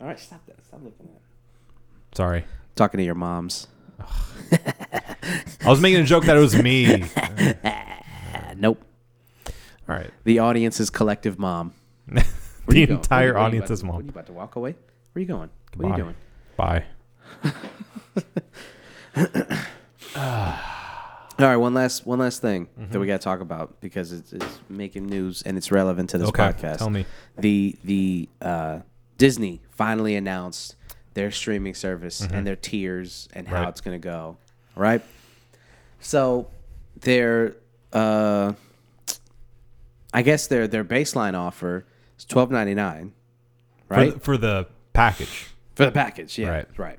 all right. Stop that. Stop looking at. sorry. Talking to your moms. I was making a joke that it *laughs* was me. All Uh, nope. right. The audience's collective mom. Where the you going? entire Where- where you audience about is to- What are you mom. about to walk away? Where are you going? What Bye. are you doing? Bye. All right, one last one last thing that we got to talk about because it's, it's making news and it's relevant to this Okay, podcast. tell me. the the uh, Disney finally announced their streaming service and their tiers and how Mm-hmm. Right. it's going to go. Right, so their uh, I guess their their baseline offer is twelve ninety nine, right? For, the, for the package. For the package, yeah. Right. Right.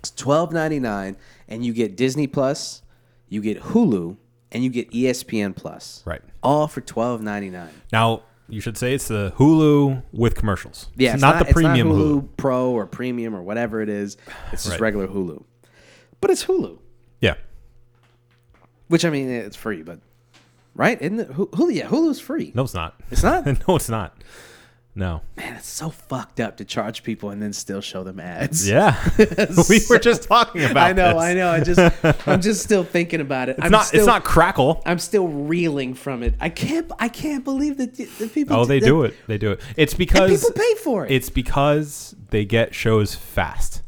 It's twelve ninety nine and you get Disney Plus, you get Hulu, and you get E ESPN Plus. Right. All for twelve ninety nine. Now you should say it's the Hulu with commercials. Yeah, It's not, the premium it's not Hulu. Hulu, Pro or Premium or whatever it is. It's just Right. regular Hulu. But it's Hulu. Yeah. Which I mean it's free, but right? Isn't it Hu- Hulu yeah, Hulu's free. No, it's not. *laughs* It's not? no, it's not. *laughs* No. Man, it's so fucked up to charge people and then still show them ads. Yeah. we were just talking *laughs* about. I know, this. I know. I just *laughs* I'm just still thinking about it. It's not. it's not Crackle. I'm still reeling from it. I can't. I can't believe that the, the people. Oh, they that- do it. They do it. It's And because people pay for it. It's because they get shows fast.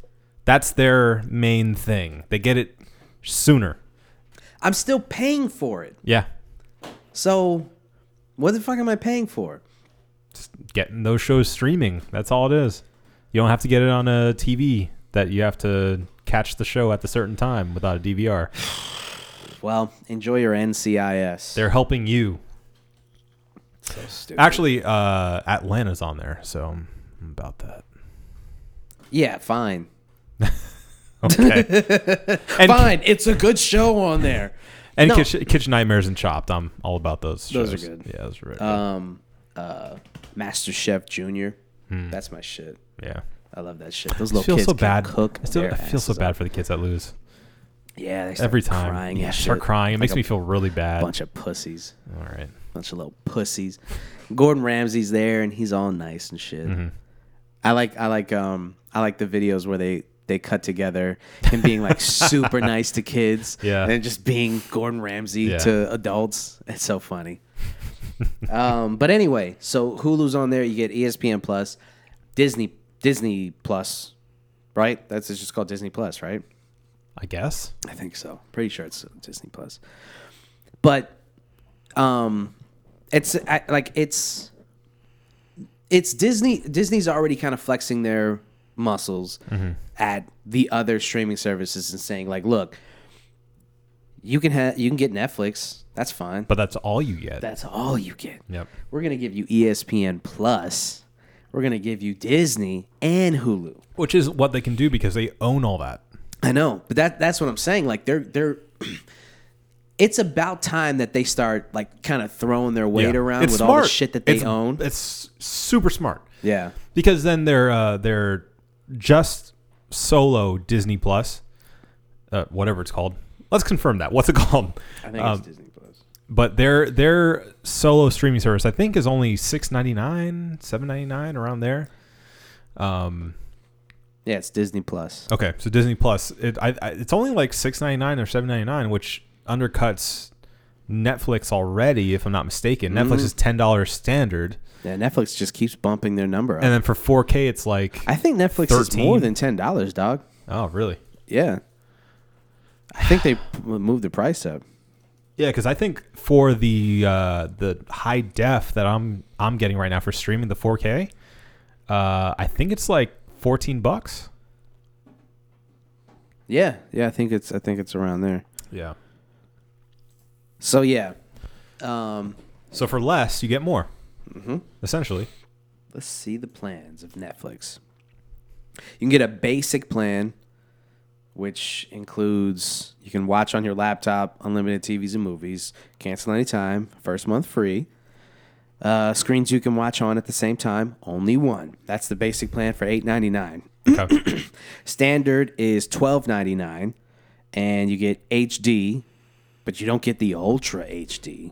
That's their main thing. They get it sooner. I'm still paying for it. Yeah. So, what the fuck am I paying for? Getting those shows streaming. That's all it is. You don't have to get it on a TV that you have to catch the show at the certain time without a DVR. Well, enjoy your NCIS. They're helping you. so stupid. Actually, uh, Atlanta's on there, so I'm *laughs* about that. yeah, fine, Okay. and fine. It's a good show on there. and No. Kitchen, Kitchen Nightmares and Chopped. I'm all about those. Those are shows. good. Yeah, those are really Um, uh, Master Chef Junior. That's my shit. good. Yeah. I love that shit. Those Hmm. I little feel kids so can bad. cook. I, still, their I feel so asses bad off. for the kids that lose Yeah, they start every time. Crying yeah, and start shit. crying. It Like makes a me feel really bad. Bunch of pussies. All right. bunch of little pussies. Gordon Ramsay's there, and he's all nice and shit. Mm-hmm. I like I like um I like the videos where they they cut together him being like *laughs* super nice to kids, Yeah. and just being Gordon Ramsay Yeah. to adults. It's so funny. um, but anyway, so Hulu's on there. You get E ESPN Plus, Disney Disney Plus, right? That's it's just called Disney Plus, right? I guess. I think so. Pretty sure it's Disney Plus. But um it's I, like it's it's Disney Disney's already kind of flexing their muscles at the other streaming services and saying like, look, you can have you can get Netflix. That's fine. But that's all you get. that's all you get. yep. We're going to give you E ESPN Plus. We're going to give you Disney and Hulu. Which is what they can do because they own all that. I know, but that that's what I'm saying. Like they're they're. *clears throat* It's about time that they start like kind of throwing their weight Yeah. around It's with all the smart. shit that they It's- own. It's super smart. Yeah, because then they're uh, they're just solo Disney Plus, uh, whatever it's called. Let's confirm that. What's it *laughs* called? I think Um, it's Disney Plus. But their their solo streaming service, I think, is only six ninety nine, seven ninety nine, around there. Yeah, it's Disney Plus. Okay, so Disney Plus, it I, I, it's only like six ninety nine or seven ninety nine, which undercuts Netflix already, if I'm not mistaken. Mm-hmm. Netflix is ten dollars standard, Yeah, Netflix just keeps bumping their number up. and then for four K, it's like I think Netflix is 13. more than ten dollars, dog. oh really? Yeah, I think they p- moved the price up. Yeah, because I think for the uh, the high def that I'm I'm getting right now for streaming the 4K, uh, I think it's like 14 bucks. Yeah, yeah, I think it's I think it's around there. Yeah. So yeah, um, So for less, you get more. Mm-hmm. *coughs* Essentially. Let's see the plans of Netflix. You can get a basic plan, which includes you can watch on your laptop, unlimited TVs and movies, cancel anytime, first month free. Uh, screens you can watch on at the same time, only one. That's the basic plan for eight ninety nine. Okay. Standard is twelve ninety nine, and you get HD, but you don't get the Ultra HD.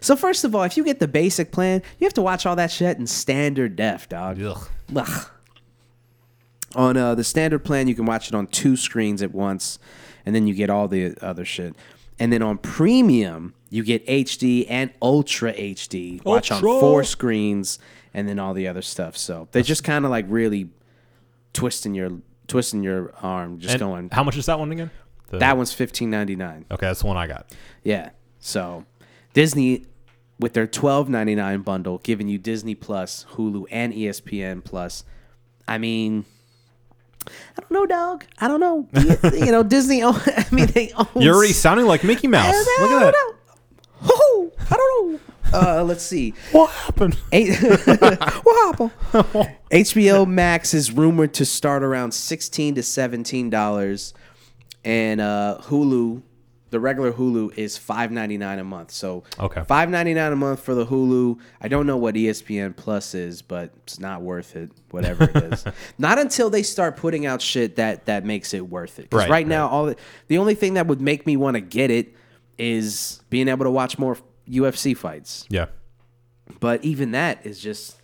So first of all, if you get the basic plan, you have to watch all that shit in standard def, dog. Ugh. Ugh. On uh, the standard plan, you can watch it on two screens at once, and then you get all the other shit. And then on premium, you get HD and Ultra HD. Watch on Ultra. four screens, and then all the other stuff. So they're just kind of like really twisting your twisting your arm, just And going. How much is that one again? The- That one's fifteen ninety nine. Okay, that's the one I got. Yeah. So Disney with their twelve ninety nine bundle, giving you Disney Plus, Hulu, and E ESPN Plus. I mean, I don't know, dog. I don't know. *laughs* you know, Disney. Own, *laughs* I mean, they own. You're already sounding like Mickey I Mouse. don't Look know, I at that. don't know. I don't know. Uh, let's see. What happened? *laughs* Eight- what happened? HBO Max is rumored to start around sixteen to seventeen dollars, and uh, Hulu, the regular Hulu is five ninety nine a month. So Okay. five ninety nine a month for the Hulu. I don't know what E ESPN Plus is, but it's not worth it. Whatever it *laughs* is, not until they start putting out shit that that makes it worth it. 'Cause Right, right, now, all the, the only thing that would make me want to get it is being able to watch more UFC fights. Yeah. But even that is just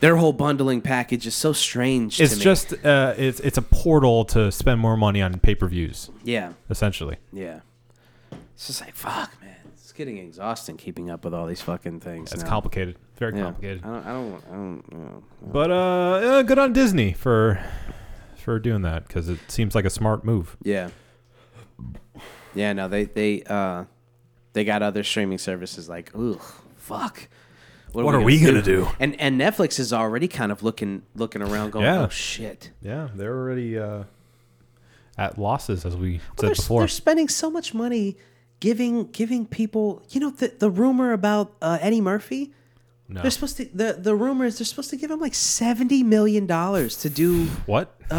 their whole bundling package is so strange. It's to me. just uh, it's it's a portal to spend more money on pay per views, yeah, essentially. yeah. It's just like fuck, man. It's getting exhausting keeping up with all these fucking things. It's now. complicated. Very Yeah. complicated. I don't. I don't. I don't you know. But uh, uh, good on Disney for for doing that because it seems like a smart move. Yeah. Yeah. No, they they uh they got other streaming services like ugh, fuck. What are we gonna do? And and Netflix is already kind of looking looking around, going, Yeah. oh shit. Yeah, they're already uh, at losses as we Well, said they're, before. they're spending so much money giving giving people you know the, the rumor about uh, eddie murphy No. they're supposed to the, the rumor is they're supposed to give him like 70 million dollars to do What? uh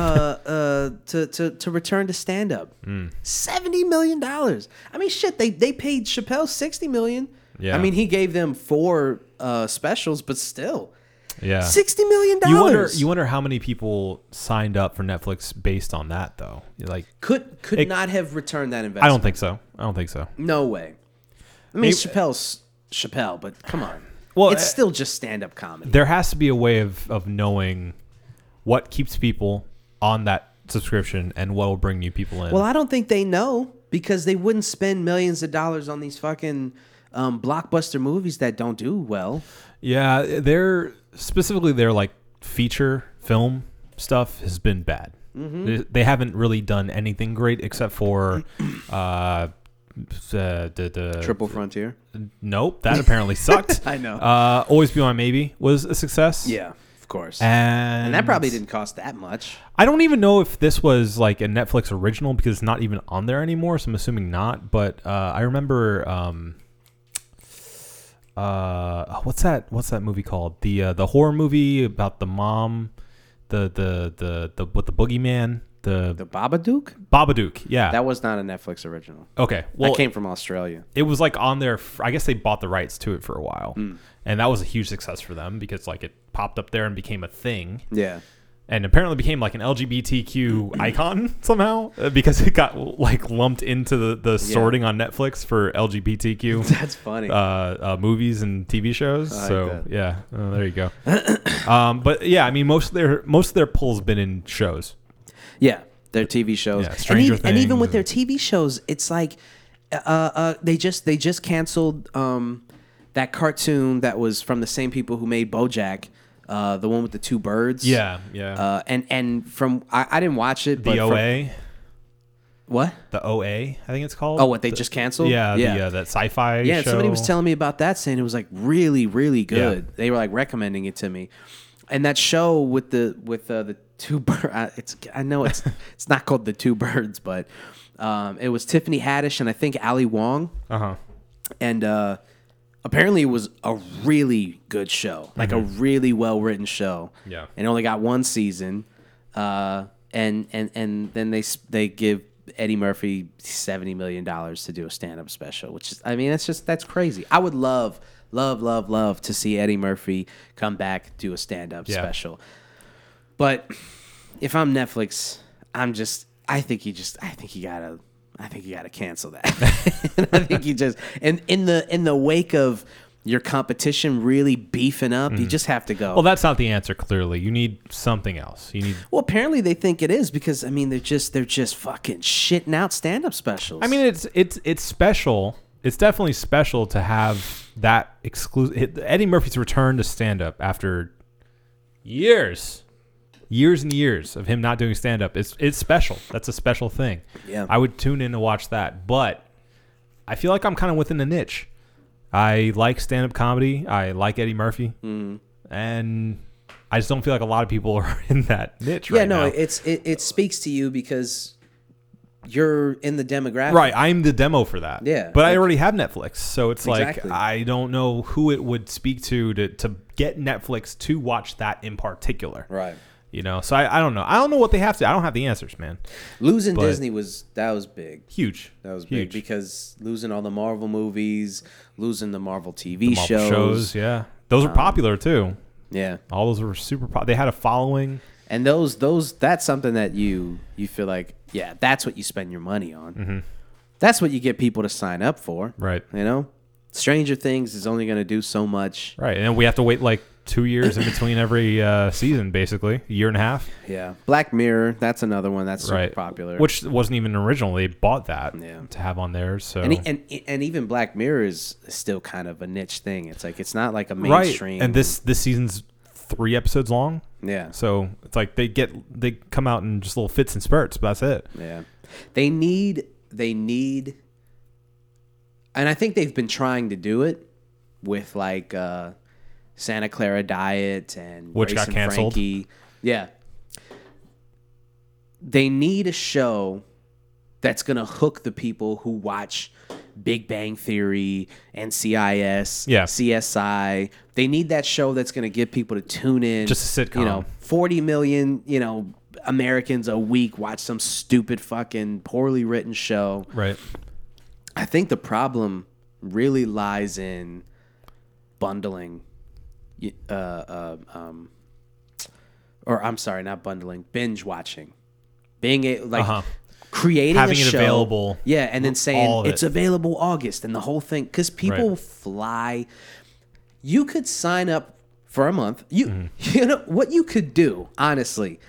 uh to to, to return to stand up Hmm. 70 million dollars i mean shit they they paid chappelle 60 million Yeah. i mean he gave them four uh specials but still yeah. 60 million dollars you wonder. You wonder how many people signed up for Netflix based on that, though. You're Like, could could It- not have returned that investment I don't think so. I don't think so. No way. I mean, It- Chappelle's Chappelle, but come on. Well, it's uh, still just stand up comedy. there has to be a way of, of knowing what keeps people on that subscription and what will bring new people in. Well, I don't think they know because they wouldn't spend millions of dollars on these fucking um, blockbuster movies that don't do well. yeah, their specifically their like feature film stuff has been bad. Mm-hmm. They, they haven't really done anything great except for uh, the, the, the Triple Frontier. Nope, that apparently sucked. *laughs* I know. Uh, Always Be My Maybe was a success. Yeah, of course. And, And, that probably didn't cost that much. I don't even know if this was like a Netflix original because it's not even on there anymore. So I'm assuming not. But uh, I remember, um, uh, what's that? What's that movie called? The uh, the horror movie about the mom, the the the the with the boogeyman, the, The Babadook? Babadook. Yeah. That was not a Netflix original. okay. I Well, came from *laughs* Australia. it was like on their f- i guess they bought the rights to it for a while Hmm. and that was a huge success for them because like it popped up there and became a thing Yeah. and apparently became like *clears throat* an lgbtq icon somehow uh, because it got like lumped into the, the sorting on netflix for lgbtq *laughs* That's funny. uh, uh, movies and tv shows like so that. yeah uh, there *clears throat* you go um, but yeah i mean most of their most of their pull's been in shows Yeah, their TV shows. Yeah, and, Stranger even, and even Things with their and- TV shows, it's like uh, uh, they just they just canceled um, that cartoon that was from the same people who made BoJack, uh, the one with the two birds. yeah yeah Uh, and and from I, I didn't watch it. but the from- oa what? the oa i think it's called Oh, what they The- just canceled? yeah yeah. The, uh, that sci-fi yeah, and somebody was show. telling me about that, saying it was like really, really good. They were like recommending it to me, and that show with the with uh, the two *laughs* birds. It's I know it's *laughs* it's not called the two birds, but um, it was Tiffany Haddish and I think Ali Wong, uh-huh and uh, apparently it was a really good show, like a really well written show. Mm-hmm. Yeah. and it only got one season, uh, and and and then they s- they give. Eddie Murphy seventy million dollars to do a stand up special, which is I mean that's just that's crazy. I would love, love, love, love to see Eddie Murphy come back do a stand up Yeah. special. But if I'm Netflix, I'm just I think you just I think you gotta I think you gotta cancel that. *laughs* I think you just and in the in the wake of your competition really beefing up, you just have to go. Mm-hmm. Well, that's not the answer. Clearly, you need something else. You need. Well, apparently they think it is because I mean they're just they're just fucking shitting out stand up specials. I mean, it's it's it's special. It's definitely special to have that exclusive. Eddie Murphy's return to stand up after years, years and years of him not doing stand up. It's it's special. That's a special thing. Yeah. I would tune in to watch that, but I feel like I'm kind of within the niche. I like stand up comedy. I like Eddie Murphy, Mm-hmm. and I just don't feel like a lot of people *laughs* are in that niche. yeah, right no, now. it's it, it speaks to you because you're in the demographic. *laughs* Right, I'm the demo for that. Yeah, but I like- already have Netflix, so it's Exactly. like I don't know who it would speak to to to get Netflix to watch that in particular. Right. You know, so I, I don't know. I don't know what they have to. I don't have the answers, man. Losing But- Disney was that was big. Huge. That was big huge. because losing all the Marvel movies, losing the Marvel TV Marvel shows, Um, yeah. Those were popular too. yeah, All those were super pop. They had a following. and those those that's something that you you feel like yeah, that's what you spend your money on. That's what you get people to sign up for, Mm-hmm. Right. You know, Stranger Things is only going to do so much. Right, and we have to wait like two years in between every uh, season, basically a year and a half. Yeah, Black Mirror, that's another one that's super right, popular. which wasn't even original. They bought that Yeah. to have on there. So and, e- and and even Black Mirror is still kind of a niche thing. It's like it's not like a right mainstream. and this this season's three episodes long yeah, so it's like they get they come out in just little fits and spurts but that's it Yeah. They need they need and I think they've been trying to do it with like uh Santa Clara Diet and Which Grace got and canceled. Frankie. Yeah. They need a show that's going to hook the people who watch Big Bang Theory and CIS, Yeah. CSI. They need that show that's going to get people to tune in. Just a sitcom. You know, 40 million, you know, Americans a week watch some stupid fucking poorly written show. right I think the problem really lies in bundling, y- uh, uh, um, or I'm sorry, not bundling, binge watching, being a, like Uh-huh. creating Having a it show, available, Yeah, and then all saying of it's it. available August and the whole thing because people Right. fly. You could sign up for a month. You Mm-hmm. *laughs* you know what you could do honestly.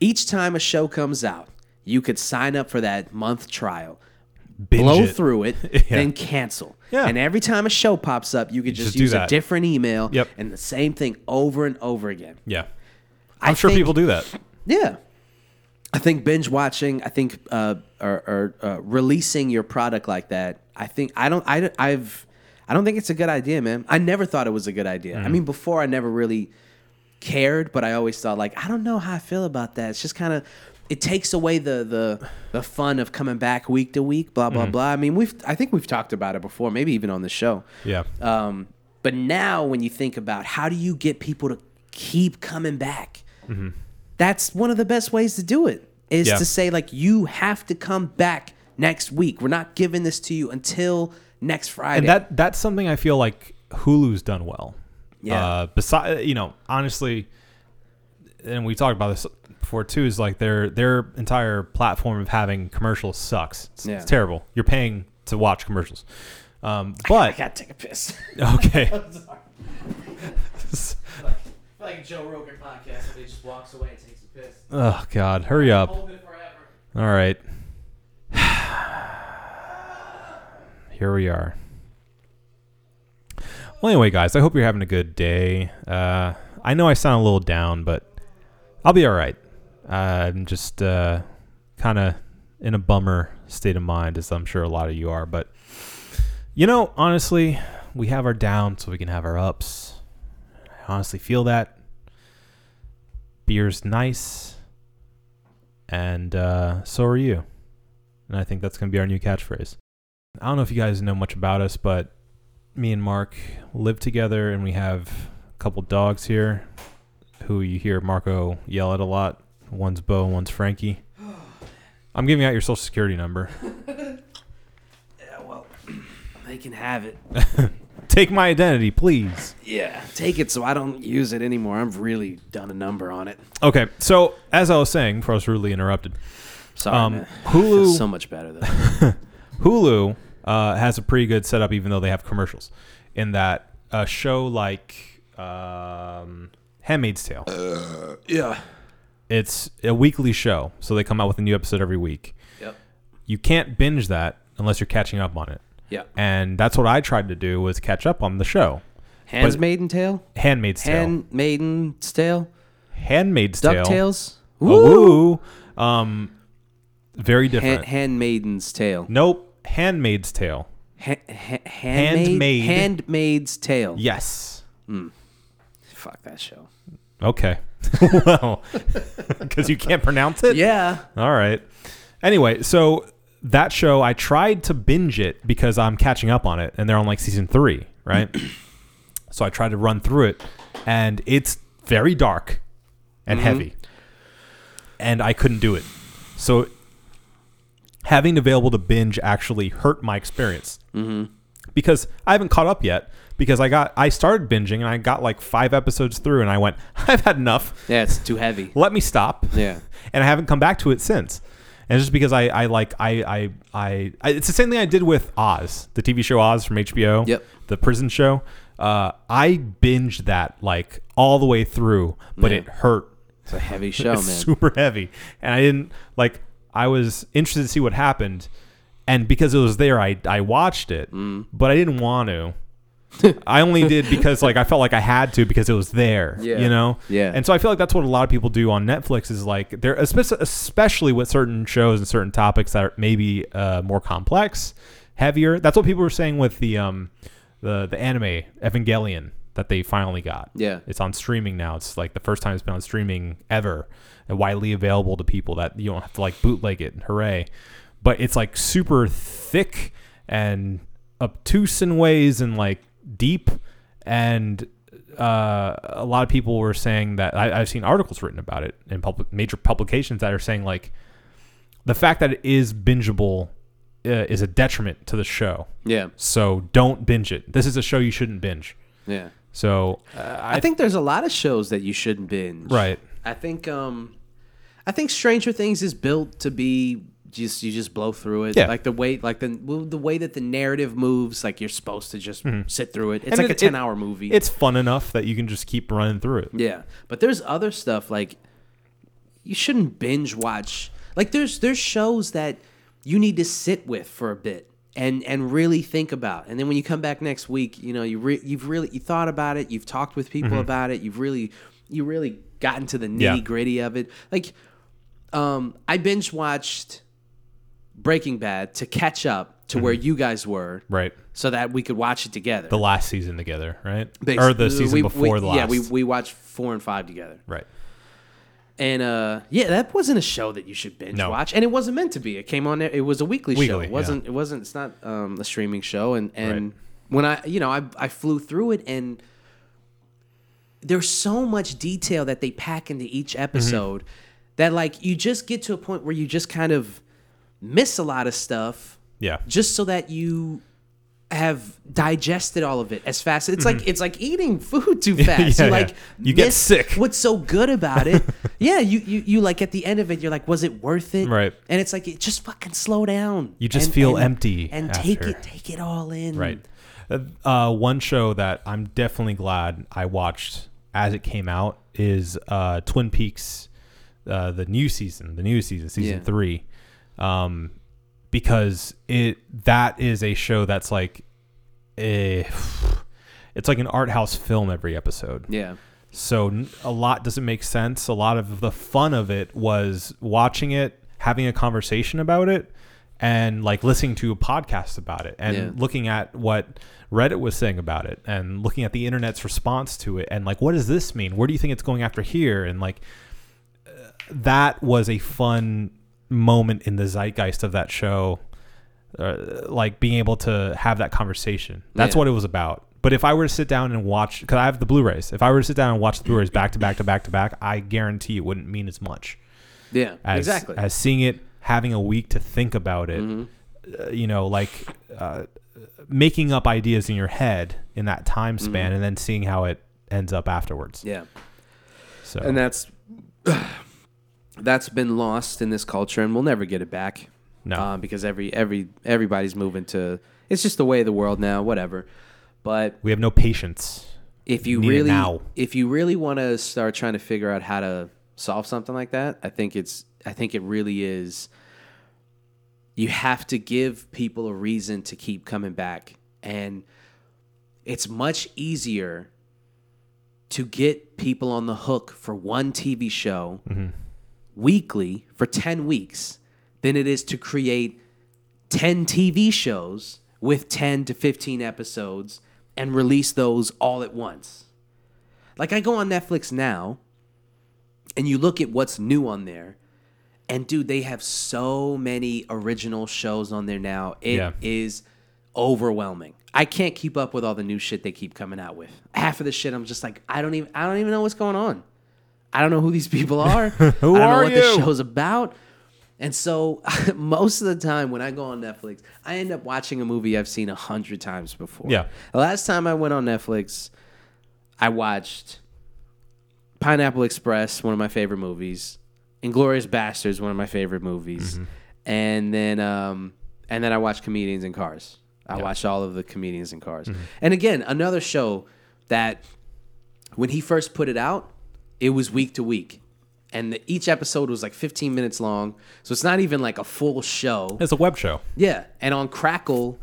Each time a show comes out, you could sign up for that month trial, Binge blow it. through it, *laughs* Yeah. then cancel. Yeah. And every time a show pops up, you could just, just do use a that. different email Yep. and the same thing over and over again. Yeah. I'm I'm sure people do that. yeah. I think binge watching, I think, uh, or, or uh, releasing your product like that. I think I don't. I, don't- I've. I don't think it's a good idea, man. I never thought it was a good idea. I mean, before I never really cared, but I always thought like, I don't know how I feel about that. It's just kind of. It takes away the the the fun of coming back week to week. Blah blah blah. I mean, we've. I think we've talked about it before, maybe even on the show. Yeah. Um, but now, when you think about how do you get people to keep coming back, that's one of the best ways to do it is Mm-hmm. Yeah. to say like you have to come back next week. We're not giving this to you until next Friday. and that that's something I feel like Hulu's done well. Yeah. Uh, besides, you know, honestly, and we talked about this before too. Is like their their entire platform of having commercials sucks. It's, Yeah. it's terrible. You're paying to watch commercials. Um, *laughs* I but gotta take a piss. okay, *laughs* like a Joe Rogan podcast where he just walks away and takes a piss. oh god, hurry up. All it forever. right, here we are. Well, anyway, guys, I hope you're having a good day. Uh, I know I sound a little down, but I'll be all right. Uh, I'm just uh, kind of in a bummer state of mind, as I'm sure a lot of you are. But, you know, honestly, we have our downs so we can have our ups. I honestly feel that. Beer's nice. And uh, so are you. And I think that's going to be our new catchphrase. I don't know if you guys know much about us, but me and Mark live together and we have a couple dogs here who you hear Marco yell at a lot. One's Bo, one's Frankie. I'm giving out your social security number. *laughs* Yeah, well, *clears throat* they can have it. Take my identity, please. Yeah, take it so I don't use it anymore. I've really done a number on it. Okay, so as I was saying before I was rudely interrupted, Sorry, Um, man. Hulu- Feels so much better though. *laughs* Hulu uh, has a pretty good setup, even though they have commercials. In that a show like um, *Handmaid's Tale*, yeah. it's a weekly show, so they come out with a new episode every week. Yep. You can't binge that unless you're catching up on it, Yeah. and that's what I tried to do was catch up on the show. Hands maiden tail. *Handmaid's Tale*, Hand maiden's tail. *Handmaid's Tale*, Oh, Ducktales. Ooh. Um, very Han- different. handmaiden's tale. nope. Handmaid's Tale. Ha- ha- handmaid? Handmaid. Handmaid's tale. Yes. Fuck that show. Okay. *laughs* well, *laughs* because you can't pronounce it? Yeah. All right. Anyway, so that show, I tried to binge it because I'm catching up on it and they're on like season three, right? so I tried to run through it and it's very dark and heavy. And I couldn't do it. So having it available to binge actually hurt my experience because I haven't caught up yet. Because I got, I started binging and I got like five episodes through, and I went, *laughs* I've had enough. Yeah, it's too heavy. Let me stop Yeah. *laughs* and I haven't come back to it since. And it's just because I, I like I, I I I it's the same thing I did with Oz, the TV show Oz from HBO, Yep. the prison show. Uh, I binged that like all the way through, but it hurt. It's a heavy show, man. it's super heavy, and I didn't like. I was interested to see what happened, and because it was there, I I watched it, Mm. but I didn't want to. *laughs* I only did because like I felt like I had to because it was there, Yeah. you know. Yeah. And so I feel like that's what a lot of people do on Netflix is like they're especially especially with certain shows and certain topics that are maybe uh, more complex, heavier. That's what people were saying with the um the the anime Evangelion that they finally got. Yeah. It's on streaming now. It's like the first time it's been on streaming ever and widely available to people that you don't have to like bootleg it. Hooray. But it's like super thick and obtuse in ways and like deep. And uh, a lot of people were saying that I, I've seen articles written about it in public major publications that are saying like the fact that it is bingeable uh, is a detriment to the show. yeah. So don't binge it. This is a show you shouldn't binge. Yeah. So uh, I, I think there's a lot of shows that you shouldn't binge. right. I think um I think Stranger Things is built to be just you just blow through it. Yeah. Like the way like the well, the way that the narrative moves, like you're supposed to just sit through it. It's Mm-hmm. And like it- a it- ten hour movie. It's fun enough that you can just keep running through it. Yeah, but there's other stuff like you shouldn't binge watch. Like there's there's shows that you need to sit with for a bit and and really think about. And then when you come back next week, you know you re- you've really you thought about it. You've talked with people about it. You've really you really gotten to the Mm-hmm. Yeah. nitty gritty of it. Like um, I binge watched Breaking Bad to catch up to where you guys were, Right. so that we could watch it together. Mm-hmm. The last season together, right? Basi- or the season uh, we- before we, the last. Yeah, we we watched four and five together. right. And uh, yeah, that wasn't a show that you should binge No. watch, and it wasn't meant to be. It came on. It was a weekly, show. Weekly, It wasn't. It wasn't. It's not um, a streaming show. And and Right. when I you know I I flew through it, and there's so much detail that they pack into each Mm-hmm. episode that like you just get to a point where you just kind of miss a lot of stuff Yeah. just so that you have digested all of it as fast. It's like it's like eating food too fast. you Mm-hmm. *laughs* Yeah, yeah. like You get miss sick. What's so good about *laughs* it? yeah, you, you you like at the end of it, you're like, was it worth it? Right. And it's like it just fucking slow down. You just and- feel and- empty and take after. it take it all in. Right. Uh, uh, one show that I'm definitely glad I watched as it came out is uh, Twin Peaks, uh, the new season, the new season, season Yeah. three, um, because it that is a show that's like a, *sighs* it's like an art house film every episode. Yeah. So n- a lot doesn't make sense. A lot of the fun of it was watching it, having a conversation about it, and like listening to a podcast about it and Yeah. looking at what Reddit was saying about it and looking at the internet's response to it and like what does this mean? Where do you think it's going after here? And like uh, that was a fun moment in the zeitgeist of that show uh, like being able to have that conversation. That's Yeah. what it was about. But if I were to sit down and watch, because I have the Blu-rays, if I were to sit down and watch the Blu-rays back to back to back to back, I guarantee it wouldn't mean as much Yeah. as exactly. as seeing it, having a week to think about it. Mm-hmm. Uh, you know, like uh, making up ideas in your head in that time span, and then seeing how it ends up afterwards. Mm-hmm. yeah. So And that's *sighs* that's been lost in this culture and we'll never get it back. No. Uh, because every every everybody's moving to it's just the way of the world now, whatever. But we have no patience. if you Need it really now. if you really want to start trying to figure out how to solve something like that, I think it's I think it really is you have to give people a reason to keep coming back and it's much easier to get people on the hook for one TV show Mm-hmm. weekly for 10 weeks than it is to create 10 TV shows with 10 to 15 episodes and release those all at once. Like I go on Netflix now and you look at what's new on there and dude they have so many original shows on there now. It is Yeah. overwhelming. I can't keep up with all the new shit they keep coming out with. Half of the shit I'm just like I don't even I don't even know what's going on. I don't know who these people are. *laughs* Who I don't are know what this you? show's about. And so *laughs* most of the time when I go on Netflix, I end up watching a movie I've seen a hundred times before. Yeah. The last time I went on Netflix, I watched Pineapple Express, one of my favorite movies. Inglorious Bastards, one of my favorite movies. And then um, and then I watched Comedians in Cars. I watched all of the Comedians in Cars. And again, another show that when he first put it out, it was week to week. And the, each episode was like 15 minutes long. So it's not even like a full show. It's a web show. Yeah, and on Crackle,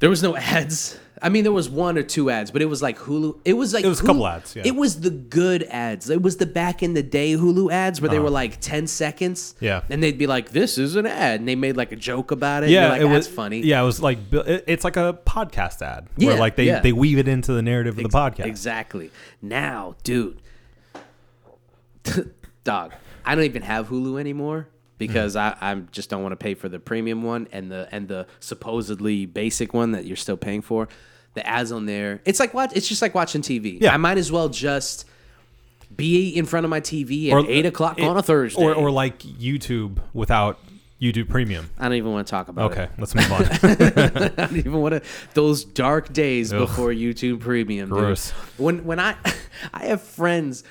there was no *laughs* ads. I mean, there was one or two ads, but it was like Hulu. It was like It was a Hulu- couple ads, yeah. It was the good ads. It was the back in the day Hulu ads where they were like ten seconds. Uh-huh. Yeah. and they'd be like, "This is an ad," and they made like a joke about it. Yeah, Yeah, like, it that's was funny. Yeah, it was like bu- it- it's like a podcast ad where Yeah, like they yeah. they weave it into the narrative of the podcast. Exactly. Now, dude, *laughs* dog, I don't even have Hulu anymore because Mm-hmm. I I just don't want to pay for the premium one and the and the supposedly basic one that you're still paying for. The ads on there, it's like watch. It's just like watching TV. Yeah. I might as well just be in front of my TV at eight o'clock it- on a Thursday. or, or like YouTube without YouTube Premium. I don't even want to talk about it. Okay, *laughs* let's move on. I don't even want to those dark days before YouTube Premium. dude. *laughs* Gross. When when I I have friends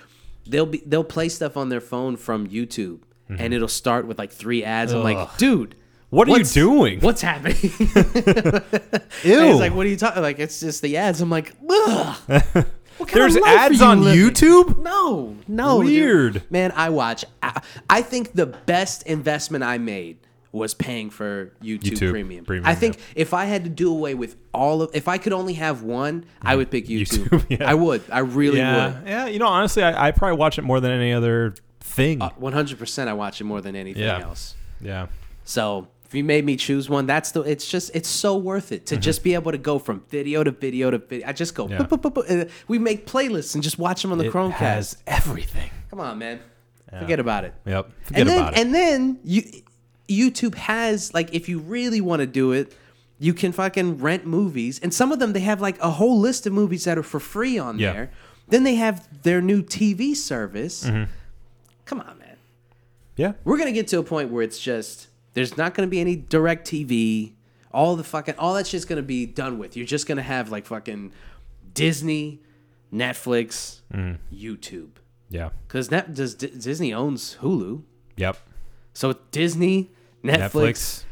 they'll be they'll play stuff on their phone from YouTube, and it'll start with like three ads. I'm like, dude, Mm-hmm. What are you what's- doing? What's happening? *laughs* Ew. And it's like, what are you talking? Like, it's just the ads. I'm like, *laughs* ugh. What kind of There's life ads are you on living? YouTube? No, no. dude. Weird. Man, I watch. I, I think the best investment I made was paying for YouTube, YouTube premium. Premium, I think yeah. if I had to do away with all of, if I could only have one, I would pick YouTube. Mm-hmm. YouTube, *laughs* yeah. I would. I really Yeah. would. Yeah. You know, honestly, I, I probably watch it more than any other thing. 100%. I watch it more than Uh, anything Yeah. else. yeah. So if you made me choose one, that's the. It's just it's so worth it to just be able to go from video to video to video. I just go. Mm-hmm. Yeah. "Boop, boop, boop, boop," and We make playlists and just watch them on the It Chromecast. has everything. Come on, man. Forget about it. Yep. Forget and then about it. and then you YouTube has like if you really want to do it, you can fucking rent movies and some of them they have like a whole list of movies that are for free on Yeah. there. Then they have their new TV service. Mm-hmm. Come on, man. yeah. We're going to get to a point where it's just there's not going to be any direct TV. All the fucking all that shit's going to be done with. You're just going to have like fucking Disney, Netflix, Mm-hmm. YouTube. Yeah. Cuz that does D- Disney owns Hulu. Yep. So Disney, Netflix, Netflix.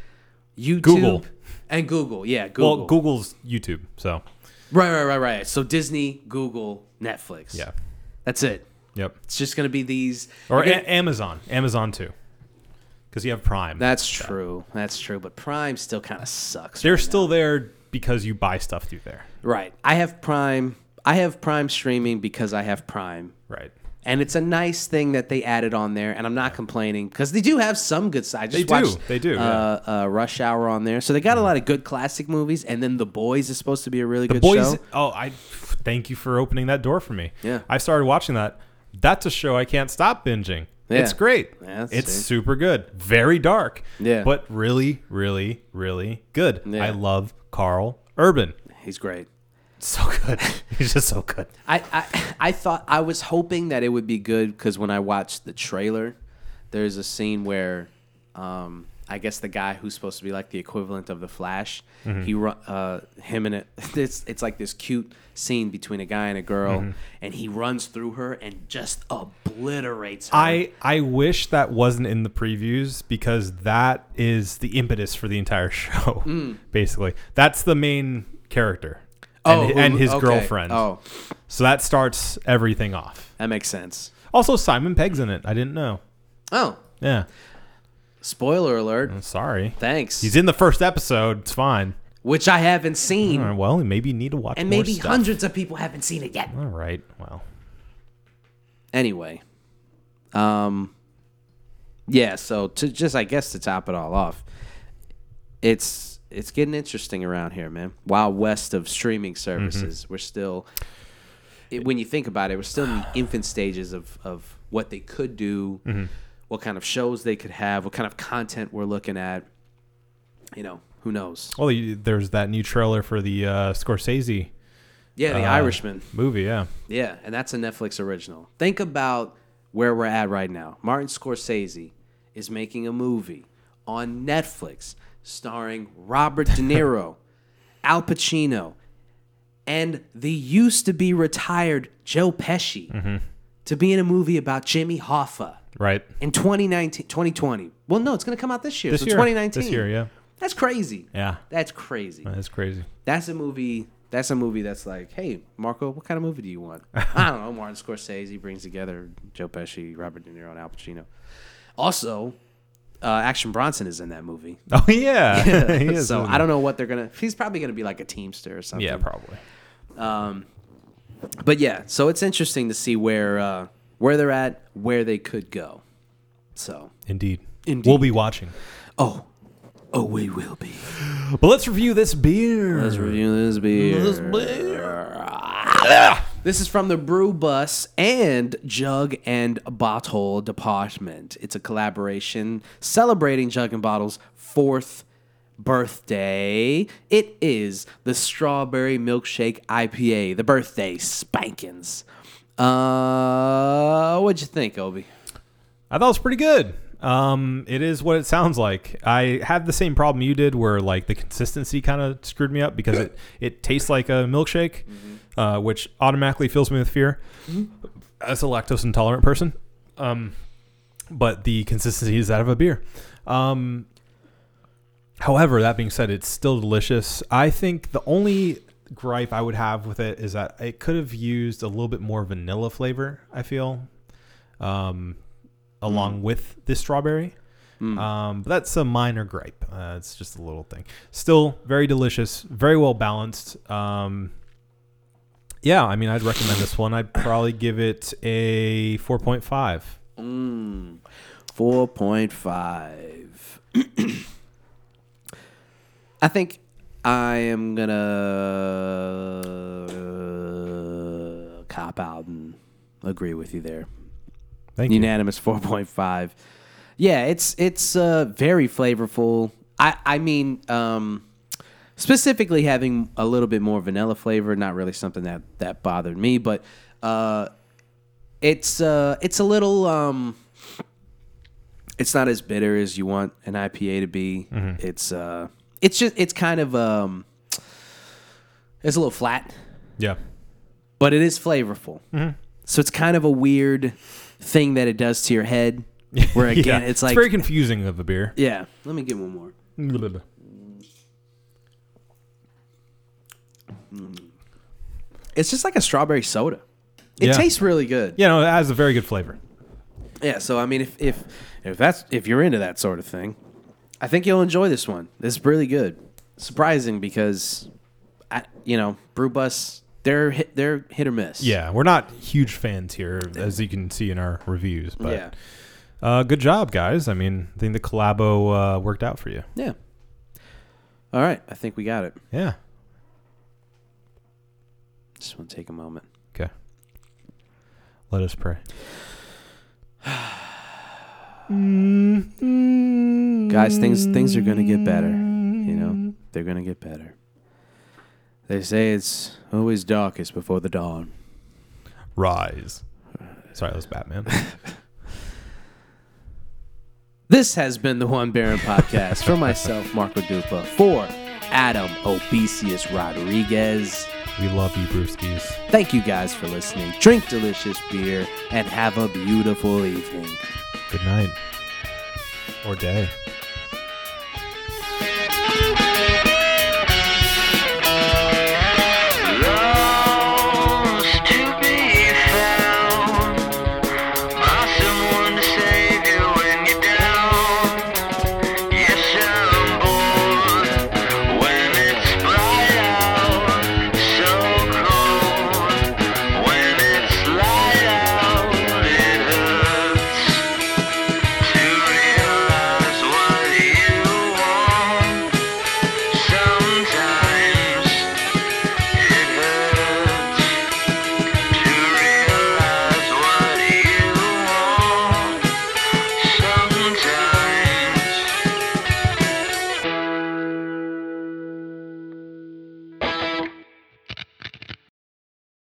YouTube, Google. and Google. Yeah, Google. Well, Google's YouTube. So, Right, right, right, right. So Disney, Google, Netflix. yeah. that's it. Yep. It's just gonna be these. Or Okay, a- Amazon. Amazon too. Because you have Prime. that's true. That's true. But Prime still kind of sucks. They're right still there because you buy stuff through there. now. right. I have Prime. I have Prime streaming because I have Prime. Right. And it's a nice thing that they added on there, and I'm not complaining because they do have some good side. I just They do. watched, They do, Mm. Uh, uh, Rush Hour on there, so they got a lot of good classic movies. And then The Boys is supposed to be a really good Boys. show. Oh, I thank you for opening that door for me. Yeah. I started watching that. That's a show I can't stop binging. Yeah. It's great. Yeah, that's it's true. super good. Very dark. Yeah. But really, really, really good. Yeah. I love Carl Urban. He's great. So *laughs* good. He's just so good. I, I I thought I was hoping that it would be good because when I watched the trailer, there's a scene where, um, I guess the guy who's supposed to be like the equivalent of the Flash, Mm-hmm. he run, uh, him and it, *laughs* it's it's like this cute scene between a guy and a girl, Mm-hmm. and he runs through her and just obliterates her. I I wish that wasn't in the previews because that is the impetus for the entire *laughs* show. Hmm. Basically, that's the main character Oh, and, and his okay. girlfriend. Oh, So that starts everything off. that makes sense. Also, Simon Pegg's in it. I didn't know. Oh, Yeah, spoiler alert! I'm sorry. Thanks. Mm-hmm. He's in the first episode. It's fine. Which I haven't seen, All right, well, maybe you need to watch and more maybe stuff. hundreds of people haven't seen it yet. All right. Well, anyway um yeah so to just i guess to top it all off it's it's getting interesting around here man wild west of streaming services we're still it, when you think about it we're still in the infant stages of of what they could do what kind of shows they could have what kind of content we're looking at you know who knows well, you, there's that new trailer for the uh, Scorsese yeah the uh, irishman movie. Yeah. Yeah, and that's a Netflix original. Think about where we're at right now. Martin Scorsese is making a movie on Netflix starring Robert De *laughs* Niro, Al Pacino, and the used to be retired Joe Pesci Mm-hmm. to be in a movie about Jimmy Hoffa Right. in 2019 2020. Well, no, it's going to come out this year. This so year. 2019. This year. Yeah. That's crazy. Yeah. That's crazy That's crazy. *laughs* that's a movie that's a movie that's like, hey, Marco, what kind of movie do you *laughs* want? I don't know. Martin Scorsese brings together Joe Pesci, Robert De Niro, and Al Pacino. Also, uh, Action Bronson is in that movie. Oh *laughs* yeah. He is, so isn't I he? don't know what they're gonna. He's probably gonna be like a teamster or something. Yeah, probably. But yeah, so it's interesting to see where uh, where they're at, where they could go. So Indeed. Indeed. We'll be watching. oh, oh, we will be. But let's review this beer. Let's review this beer. This *laughs* is from the Brew Bus and Jug and Bottle Department. It's a collaboration celebrating Jug and Bottle's fourth birthday. It is the Strawberry Milkshake IPA, the birthday spankins. Uh, what'd you think, Obi? I thought it was pretty good. Um, it is what it sounds like. I had the same problem you did, where like the consistency kind of screwed me up because it it tastes like a milkshake, uh, which automatically fills me with fear. as a lactose intolerant person, um, but the consistency is that of a beer. Um, however, that being said, it's still delicious. I think the only gripe I would have with it is that it could have used a little bit more vanilla flavor. I feel, um, along Mm. with the strawberry. Um, but that's a minor gripe. Uh, it's just a little thing. Still very delicious, very well balanced. Um, yeah, I mean, I'd recommend this one. I'd probably give it a 4.5. Mm. Four point five. *clears throat* I think I am gonna uh, cop out and agree with you there. Thank you. Unanimous *laughs* four point five. Yeah, it's it's uh, very flavorful. I I mean, um, specifically having a little bit more vanilla flavor. Not really something that that bothered me, but uh, it's uh, it's a little. Um, it's not as bitter as you want an IPA to be. Mm-hmm. It's uh, it's just it's kind of um, it's a little flat Yeah. but it is flavorful. Mm-hmm. So it's kind of a weird thing that it does to your *laughs* head. Where again, Yeah, it's like, very confusing of a beer. yeah. Let me get one more. It's just like a strawberry soda. It Yeah. tastes really good. You know, it has a very good flavor. Yeah. So I mean, if if if that's if you're into that sort of thing, I think you'll enjoy this one. It's really good. Surprising because, I you know, Brew Bus they're hit, they're hit or miss. Yeah, we're not huge fans here, as you can see in our reviews. But Yeah. uh, good job, guys. I mean, I think the collabo uh, worked out for you. Yeah. All right. I think we got it. Yeah. Just want to take a moment. Okay. Let us pray. guys things things are gonna get better you know they're gonna get better they say it's always darkest before the dawn Rise. Sorry, that was Batman. this has been the one baron podcast for myself marco dupa for adam obesius rodriguez *laughs* we love you, Brewskis. thank you guys for listening drink delicious beer and have a beautiful evening Good night. Or day.